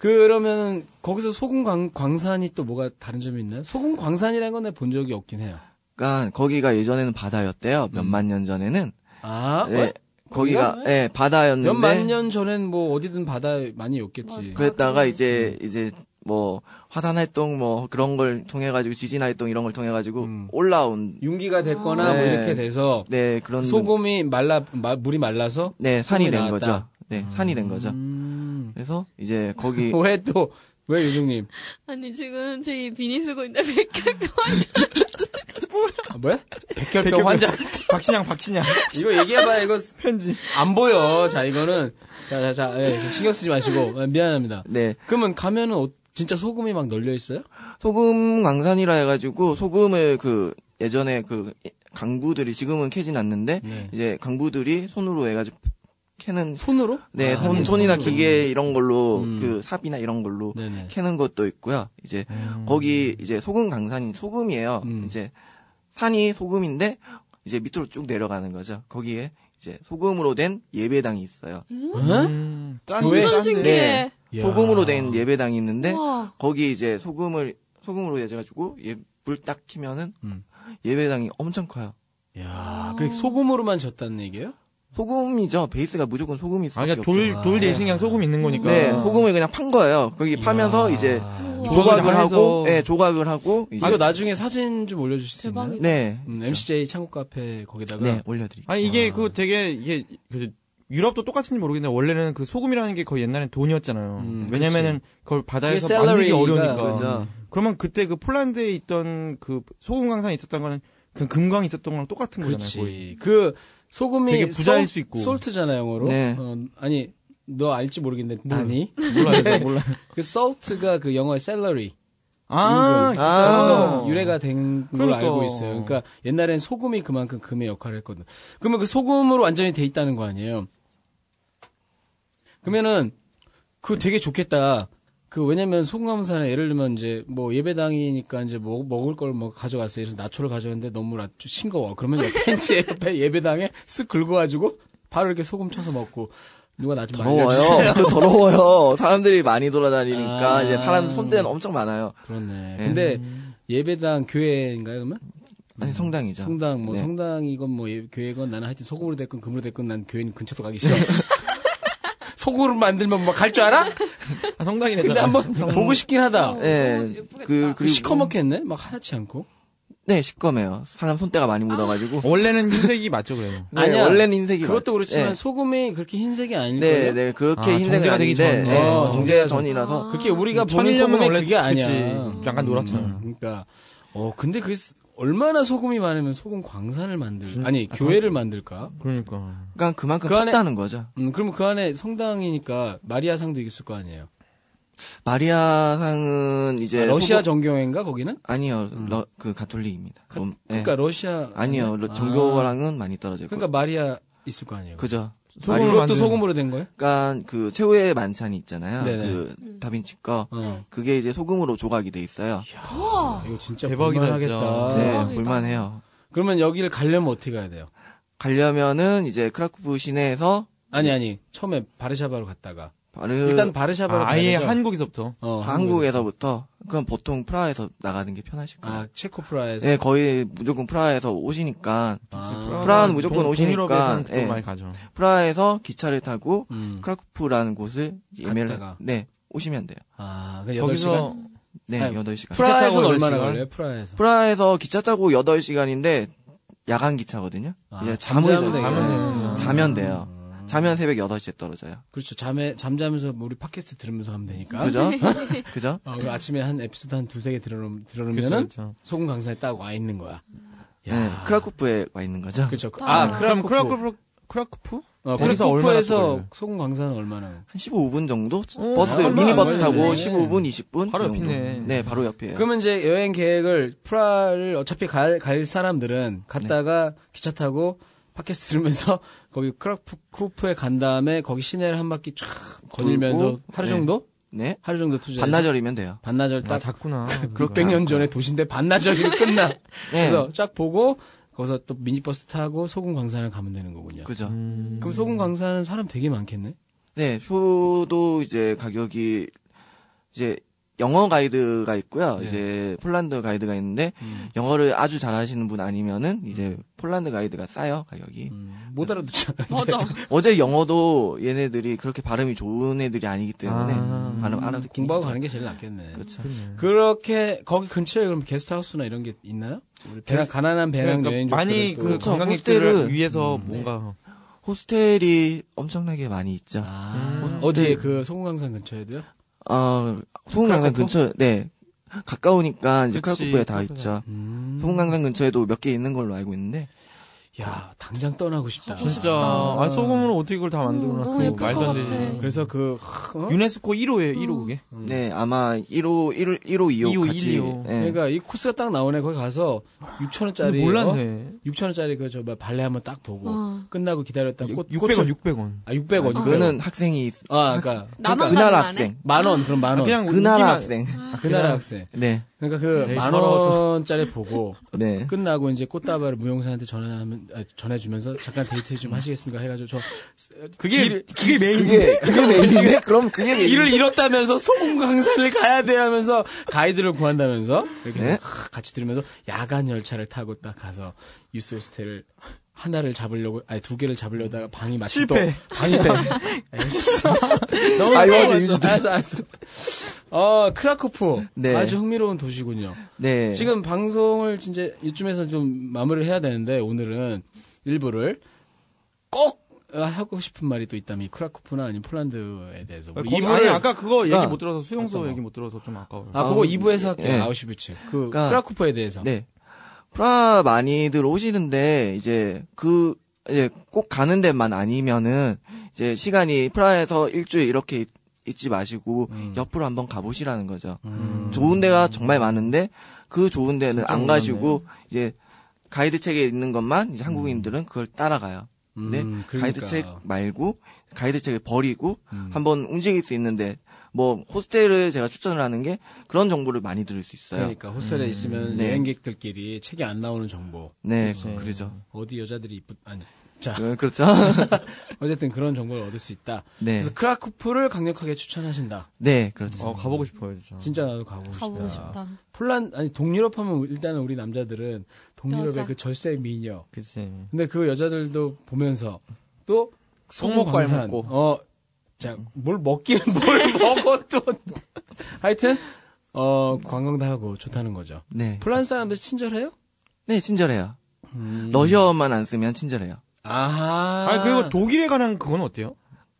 그러면 거기서 소금 광, 광산이 또 뭐가 다른 점이 있나요? 소금 광산이라는 건 내가 본 적이 없긴 해요. 그러니까 거기가 예전에는 바다였대요. 몇만 년 전에는. 아, 예, 어? 거기가 예, 바다였는데 몇 만 년 전엔 뭐 어디든 바다 많이 였겠지. 그랬다가 이제 이제 뭐 화산 활동 뭐 그런 걸 통해 가지고 지진 활동 이런 걸 통해 가지고 음. 올라온 융기가 됐거나 뭐 네. 이렇게 돼서 네 음. 그런 소금이 말라 마- 물이 말라서 네 산이 소금이 된 나왔다. 음. 거죠. 네 산이 된 거죠. 그래서 이제 <laughs> 거기 왜 또 왜 유중님 아니 지금 제 비니 쓰고 있는데 <laughs> 백혈병 아, 뭐야 백혈병 백혈병. 환자 박신양 박신양 <laughs> 이거 얘기해봐 이거 편지 안 보여 자 이거는 자자자 신경 쓰지 마시고 예, 미안합니다 네 그러면 가면은 어- 진짜 소금이 막 널려 있어요 소금 광산이라 해가지고 소금을 그 예전에 그 강부들이 지금은 캐진 않는데 네. 이제 강부들이 손으로 해가지고 캐는 손으로 네 아, 손, 네, 손이나 손으로. 기계 이런 걸로 음. 그 삽이나 이런 걸로 네네 캐는 것도 있고요. 이제 음. 거기 이제 소금 강산이 소금이에요. 음. 이제 산이 소금인데 이제 밑으로 쭉 내려가는 거죠. 거기에 이제 소금으로 된 예배당이 있어요. 어? 음, 교회? 완전 짠데. 신기해. 이야. 소금으로 된 예배당이 있는데 <laughs> 와. 거기 이제 소금을 소금으로 해가지고 예, 불딱 키면은 음. 예배당이 엄청 커요. 야, 그 소금으로만 졌다는 얘기예요? 소금이죠. 베이스가 무조건 소금이 아 수밖에 그러니까 없죠. 돌 돌 대신 그냥 소금 있는 거니까 음. 네, 소금을 그냥 판 거예요. 거기 파면서 이야. 아, 이제 우와. 조각을 조각을 하고, 해서. 예, 조각을 하고 이제 이거 나중에 사진 좀 올려주실 수 있나요? 대박이다. 네, 음, MCJ 창고 카페 거기다가 네 올려드릴게요. 아니 이게 그 되게 이게 그 유럽도 똑같은지 모르겠는데 원래는 그 소금이라는 게 거의 옛날엔 돈이었잖아요. 음, 왜냐면은 그걸 그게 바다에서 만들기 샐러리가 어려우니까. 그거죠. 그죠. 그러면 그때 그 폴란드에 있던 그 소금 광산이 있었던 거는 그 금광이 있었던 거랑 똑같은 거잖아요. 그렇지. 거의. 그 소금이 되게 부자일 솔- 수 있고. 솔트잖아 영어로. 네. 음. 어, 아니 너 알지 모르겠는데 나니 몰라요, 저 몰라. 그 솔트가 그 영어의 셀러리 아, 그래서 아. 유래가 된 걸로 그러니까. 알고 있어요. 그러니까 옛날엔 소금이 그만큼 금의 역할을 했거든. 그러면 그 소금으로 완전히 돼 있다는 거 아니에요? 그러면은 그 되게 좋겠다. 그 왜냐면 소금감산에 예를 들면 이제 뭐 예배당이니까 이제 뭐 먹을 걸 뭐 가져갔어요. 그래서 나초를 가져왔는데 너무 나- 싱거워. 그러면 옆에 <laughs> 이제 옆에 예배당에 쓱 긁어가지고 바로 이렇게 소금 쳐서 먹고 누가 나 좀 말려주세요. <laughs> <laughs> 더러워요. 그 더러워요. 사람들이 많이 돌아다니니까 아. 이제 사람 손대는 엄청 많아요. 그렇네. 네. 근데 예배당 교회인가요 그러면? 아니 성당이죠. 성당 뭐 네. 성당이건 뭐 예- 교회건 나는 하여튼 소금으로 됐건 금으로 됐건 난 교회는 근처도 가기 싫어. <laughs> 소금으로 만들면 뭐 갈 줄 <laughs> 알아? 아, 성당이네. 근데 한번 보고 싶긴 하다. 어, 예. 너무 예쁘겠다. 그 그리고 시커멓겠네. 막 하얗지 않고. 네 시커매요. 사람 손때가 많이 묻어가지고. 원래는 흰색이 맞죠, 그래요. 네, 아니야. 원래는 흰색이 그것도 많- 그렇지만 네. 소금이 그렇게 흰색이 아닐 네, 거예요. 네, 그렇게 아, 흰색이 정제가 되기 아닌데 전. 네, 어. 정제 전이라서 그렇게 우리가 보는 천일염은 소금이 원래 음, 그게 아니야. 그치. 약간 노랗잖아. 음, 그러니까 어 근데 그 얼마나 소금이 많으면 소금 광산을 만들 아니 교회를 만들까? 그러니까. 그러니까 그만큼 그 안에- 컸다는 거죠. 음 그러면 그 안에 성당이니까 마리아상도 있을 거 아니에요. 마리아상은 이제 아, 러시아 소금- 정교회인가 거기는? 아니요, 러- 그 가톨릭입니다. 롬- 네. 그러니까 러시아 아니요, 러- 정교랑은 많이 떨어져 있고. 그러니까 마리아 있을 거 아니에요. 그죠. 소금을 마리아- 그것도 만드는- 소금으로 된 거예요? 약간 그 최후의 만찬이 있잖아요. 네네. 그 다빈치 거. 어. 그게 이제 소금으로 조각이 돼 있어요. 이거 진짜 대박이다, 볼만하겠다. 네, 대박이다. 볼만해요. 그러면 여기를 가려면 어떻게 가야 돼요? 가려면은 이제 크라쿠프 시내에서 아니 아니 처음에 바르샤바로 갔다가 바르 일단 바르샤바로 아, 가야 예 되죠? 한국에서부터. 어, 한국에서부터 그럼 보통 프라하에서 나가는 게 편하실 거예요. 아 체코프라에서 네, 거의 무조건 프라하에서 오시니까 아, 프라하는 무조건 동- 오시니까, 동유럽에서는 그쪽 예. 많이 가죠. 프라하에서 기차를 타고 음. 크라쿠프라는 곳을 이제 예매를 갔다가. 네 오시면 돼요. 아, 그 8시간? 거기서 네, 아니, 8 시간. 프라- 기차 타고 프라에서는 얼마나 여덟 시간? 걸려요? 프라에서. 프라하에서 기차 타고 8 시간인데 야간 기차거든요. 아, 음. 이제 예, 잠을 잠자면 자요. 되겠네. 아. 네, 되는구나. 자면 돼요. 자면 새벽 8시에 떨어져요. 그렇죠. 잠에 잠자면서 우리 팟캐스트 들으면서 하면 되니까. <laughs> 그죠? 그죠? 어, 그 아침에 한 에피소드 한 두세 개 들어놓, 그렇죠, 들어놓으면은 그렇죠. 소금 강산에 딱 와 있는 거야. 야. 네, 크라쿠프에 와 있는 거죠. 그렇죠. 그- 아, 아, 아, 그럼 크라쿠프. 크라쿠프 크라쿠프? 어, 거기서 얼마나 크라쿠프에서 걸려요? 소금 강산은 얼마나? 한 15분 정도? 오, 버스, 얼마 안 미니버스 어, 걸리네. 타고 15분, 20분? 바로 이 정도. 옆이네. 네, 바로 옆이에요. 그러면 이제 여행 계획을 프라를 어차피 갈, 갈 사람들은 네. 갔다가 기차 타고 팟캐스트 들으면서 <laughs> 거기 크라쿠프에 간 다음에 거기 시내를 한 바퀴 쫙 거닐면서 돌고, 하루 네. 정도? 네. 하루 정도 투자. 반나절이면 돼요. 반나절 딱 아, 작구나. 몇백 년 전에 도시인데 반나절이 끝나. 네. 그래서 쫙 보고 거기서 또 미니버스 타고 소금 광산을 가면 되는 거군요. 그, 그죠. 음. 음. 럼 소금 광산은 사람 되게 많겠네. 네, 표도 이제 가격이 이제 영어 가이드가 있고요. 네. 이제 폴란드 가이드가 있는데 영어를 아주 잘하시는 분 아니면은 이제 폴란드 가이드가 싸요 가격이. 음, 못 알아듣잖아. 맞아. 어제 영어도 얘네들이 그렇게 발음이 좋은 애들이 아니기 때문에 아. 발음 알아듣기 공부하고 힘들어요. 가는 게 제일 낫겠네. 그렇죠. 그렇게 거기 근처에 그럼 게스트하우스나 이런 게 있나요? 우리 배낭 가난한 배낭 그러니까 여행족들 많이 그 그렇죠. 관광객들을 호스텔을- 위해서 뭔가 호스텔이 엄청나게 많이 있죠. 아, 음. 어디에 그 소금강산 근처에도요? 어, 소금강산 근처, 네. 가까우니까 이제 그치, 크라쿠프에 다 크라쿠프에 있죠. 음. 소금강산 근처에도 몇 개 있는 걸로 알고 있는데, 야 당장 떠나고 싶다. 그 가고 진짜 아. 아, 소금으로 어떻게 이걸 다 음, 만들어놨어? 너무 예쁠 말도 것 안 되지. 같아. 그래서 그 하- 어? 유네스코 1호예요, 1호 그게. 네, 아마 1호, 1, 1호, 2호 1호, 같이. 1호. 예. 그러니까 이 코스가 딱 나오네. 거기 가서 6천 원짜리 몰랐네. 6천 원짜리 그 저 발레 한번 딱 보고 어. 끝나고 기다렸다. 꽃 600원, 600원. 아 600원. 네, 그거는 학생이, 있- 아 그러니까 나만 가는 그 나라 거 아니야? 학생. 만원 어, 그럼 만 원. 그냥 그 나라 웃기만- 학생. 그 나라 학생. 네. 그러니까 그 에이, 만 서러워서. 원짜리 <laughs> 보고 네. 끝나고 이제 꽃다발을 무용사한테 전화하면 아, 전해주면서 잠깐 데이트 음. 좀 하시겠습니까 해가지고 저 그게 그게 메인인데. 그게, 그게 메인인데? 그럼 그게 메인. 길을 잃었다면서 소금 강산을 가야 돼 하면서 가이드를 구한다면서 이렇게 네. 하- 같이 들으면서 야간 열차를 타고 딱 가서 유스 호스텔을 하나를 잡으려고 아니 두 개를 잡으려다가 방이 마침 실패. 또 방이 또 에이씨. 너무 아, 이거 알았어, <laughs> 유지돼. 알았어 알았어 어 크라코프 네. 아주 흥미로운 도시군요 네. 지금 방송을 진짜 이쯤에서 좀 마무리를 해야 되는데 오늘은 일부를 꼭 어, 하고 싶은 말이 또 있다면 이 크라코프나 아니면 폴란드에 대해서 뭐 거기- 이분을- 아니 아까 그거 얘기 그러니까- 못 들어서 수용소 얘기 못 들어서 좀 아까워요. 아, 그거 아, 2부에서 할게요. 예. 아우슈비츠. 그, 그러니까- 크라쿠퍼에 대해서. 네. 프라 많이들 오시는데 이제 그 이제 꼭 가는 데만 아니면은 이제 시간이 프라에서 일주일 이렇게 있, 지 마시고 옆으로 한번 가보시라는 거죠. 음. 좋은 데가 정말 많은데 그 좋은 데는 안 가시고 이제 가이드 책에 있는 것만 이제 한국인들은 그걸 따라가요. 음, 네. 가이드 그러니까. 책 말고 가이드 책을 버리고 음. 한번 움직일 수 있는데 뭐 호스텔을 제가 추천을 하는 게 그런 정보를 많이 들을 수 있어요. 그러니까 호스텔에 있으면 네. 여행객들끼리 책이 안 나오는 정보. 네, 그렇죠. 그러죠. 어디 여자들이 이쁘 아니. 자, 그- 그렇죠. 어쨌든 그런 정보를 얻을 수 있다. <laughs> 네. 그래서 크라쿠프를 강력하게 추천하신다. 네, 그렇죠. 어, 가보고 싶어요, 진짜. 진짜 나도 가보고 싶다. 가보고 싶다. 폴란 아니 동유럽 하면 일단은 우리 남자들은 동유럽의 여자. 그 절세 미녀. 그치. 근데 그 여자들도 보면서 또 손목발 소목광산. 먹고. 어, 자, 뭘 먹기는 <laughs> 뭘 먹어 또. 하여튼 어 관광도 하고 좋다는 거죠. 네. 폴란드 사람들 친절해요? 네, 친절해요. 러시아어만 안 쓰면 친절해요. 아하. 아, 그리고 독일에 관한 그건 어때요?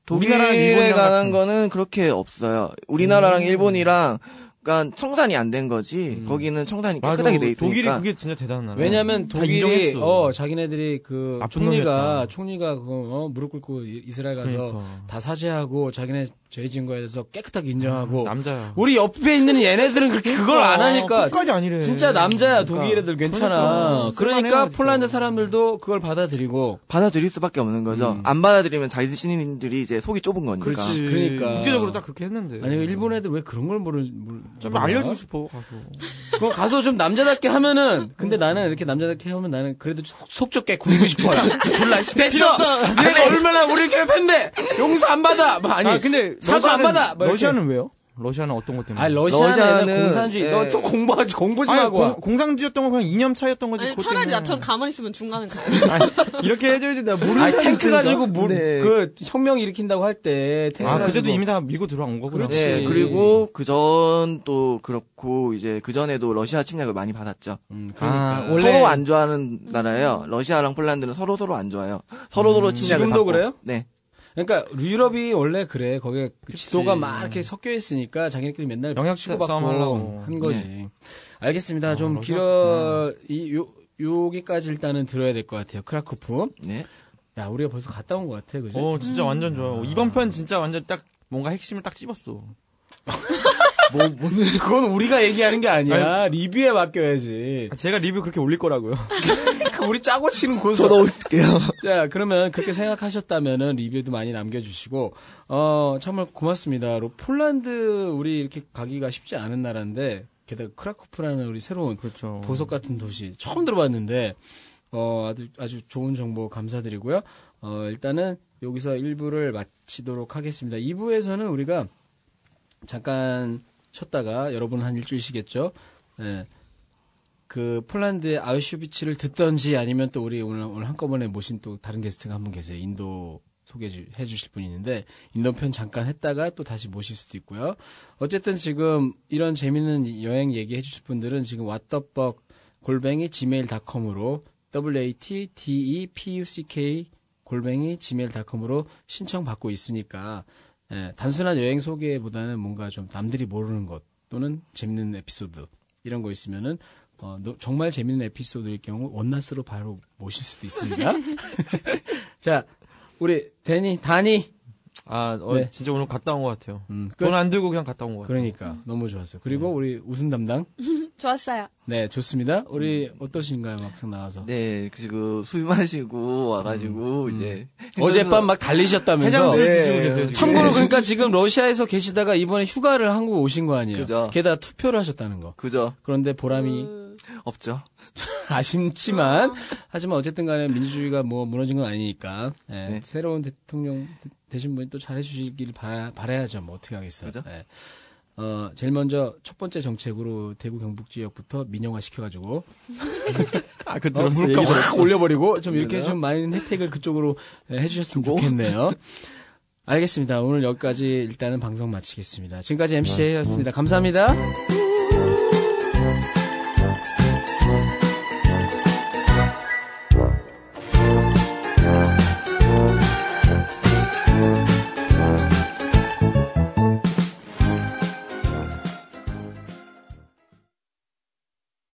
우리나라랑 독일에 일본이랑 관한 같은- 음. 거는 그렇게 없어요. 우리나라랑 일본이랑 그러니까 청산이 안 된 거지. 거기는 청산이 깨끗하게 돼 있으니까. 독일이 그게 진짜 대단한 나라. 왜냐면 다 독일이 인정했어. 어 자기네들이 그 나쁜 총리가 놈이었다. 총리가 그 어, 무릎 꿇고 이- 이스라엘 가서 그러니까. 다 사죄하고 자기네 죄 지은 거에 대해서 깨끗하게 음, 인정하고 남자야. 우리 옆에 있는 얘네들은 그렇게 그러니까. 그걸 안 하니까 아, 네, 끝까지 아니래. 진짜 남자야 그러니까. 독일 애들 괜찮아. 그러니까, 그러니까, 쓸만해요, 폴란드 진짜. 사람들도 그걸 받아들이고 받아들일 수밖에 없는 거죠. 음. 안 받아들이면 자기 신인들이 이제 속이 좁은 거니까. 그렇지. 그러니까. 국제적으로 딱 그렇게 했는데. 아니 일본 애들 왜 그런 걸 모르 모르 좀 몰라? 알려주고 싶어 가서. 뭐 가서 좀 남자답게 하면은 근데 나는 이렇게 남자답게 하면 나는 그래도 속, 속 좁게 굴고 싶어요. <laughs> 굴라 씨 됐어. 아, 내가 얼마나 우리를 괴롭혔는데 용서 안 받아. 뭐 아니. 아, 근데 사과 안 러시아는- 받아. 뭐 이렇게. 러시아는 왜요? 러시아는 어떤 것 때문에? 아 러시아는 러시아는- 애는 공산주의. 예. 너좀 공부하지 공부 좀 아니, 하고. 와. 공, 상주였던거 그냥 이념 차였던 거지. 아니, 그것 차라리 때문에. 나처럼 가만히 있으면 중간은 가요. 아니, 뭐 이렇게 해줘야지 나 모르는 아니 사람이 탱크 있으니까. 가지고 물, 네. 그 혁명 일으킨다고 할 때 탱크 아 가지고 뭐 그때도 이미 다 밀고 들어온 거구나. 예, 그렇지. 네, 그리고 그 전 또 그렇고 이제 그 전에도 러시아 침략을 많이 받았죠. 음, 그러니까. 아, 원래 서로 안 좋아하는 나라예요. 러시아랑 폴란드는 서로 서로 안 좋아요. 서로 음. 서로 침략을 지금도 받고. 그래요? 네. 그러니까 유럽이 원래 그래 거기에 그 그치. 지도가 막 이렇게 섞여 있으니까 자기네끼리 맨날 영향 싸움 치고받고 하려고. 한 거지. 알겠습니다. 좀 그러셨구나. 길어 이 요 여기까지 일단은 들어야 될 것 같아요. 크라쿠프. 네. 야 우리가 벌써 갔다 온 것 같아, 그죠? 어 음. 진짜 완전 좋아. 이번 편 진짜 완전 딱 뭔가 핵심을 딱 찝었어. 뭐, 뭐는 <laughs> 그건 우리가 얘기하는 게 아니야. 리뷰에 맡겨야지. 제가 리뷰 그렇게 올릴 거라고요. 그 우리 짜고 치는 고소. 저도 올게요. <laughs> 자 네, 그러면 그렇게 생각하셨다면은 리뷰도 많이 남겨주시고 어 정말 고맙습니다. 로- 폴란드 우리 이렇게 가기가 쉽지 않은 나라인데 게다가 크라쿠프라는 우리 새로운 <laughs> 그렇죠. 보석 같은 도시 처음 들어봤는데 어 아주 아주 좋은 정보 감사드리고요. 어 일단은 여기서 1부를 마치도록 하겠습니다. 2부에서는 우리가 잠깐 쉬었다가 여러분 한 일주일 쉬겠죠. 예. 그 폴란드의 아우슈비츠를 듣던지 아니면 또 우리 오늘 오늘 한꺼번에 모신 또 다른 게스트가 한 분 계세요. 인도 소개해 주- 해 주실 분이 있는데 인도편 잠깐 했다가 또 다시 모실 수도 있고요. 어쨌든 지금 이런 재밌는 이- 여행 얘기해 주실 분들은 지금 왓더벅 골뱅이 gmail.com으로 E watdepuck 골뱅이 gmail.com으로 신청 받고 있으니까 예, 단순한 여행 소개보다는 뭔가 좀 남들이 모르는 것 또는 재밌는 에피소드 이런 거 있으면은 어, 너- 정말 재밌는 에피소드일 경우 원나스로 바로 모실 수도 있습니다. 자, 우리 데니 다니 아 어, 네. 진짜 오늘 갔다 온 것 같아요. 음, 끝. 돈 안 들고 그냥 갔다 온 것 같아요. 그러니까 너무 좋았어요. 그리고 우리 웃음 담당 좋았어요. 네 좋습니다. 우리 어떠신가요 막상 나와서 네. 지금 술 마시고 와가지고 음. 이제 어젯밤 막 달리셨다면서 해장술 네. 드시고 계세요. 지금. 참고로 그러니까 지금 러시아에서 계시다가 이번에 휴가를 한국 오신 거 아니에요? 그죠. 게다가 투표를 하셨다는 거. 그죠? 그런데 보람이 음. 없죠. 아쉽지만 하지만 어쨌든 간에 민주주의가 뭐 무너진 건 아니니까 예, 네. 새로운 대통령 되- 되신 분이 또 잘해주시길 바라, 바라야죠 뭐 어떻게 하겠어요 그죠? 예. 어, 제일 먼저 첫 번째 정책으로 대구 경북 지역부터 민영화 시켜가지고 아그 어, 들었어. 물가 얘기 확 들었어. 올려버리고 좀 이렇게 좀 많은 혜택을 그쪽으로 예, 해주셨으면 좋겠네요 네. 알겠습니다 오늘 여기까지 일단은 방송 마치겠습니다 지금까지 MC였습니다 감사합니다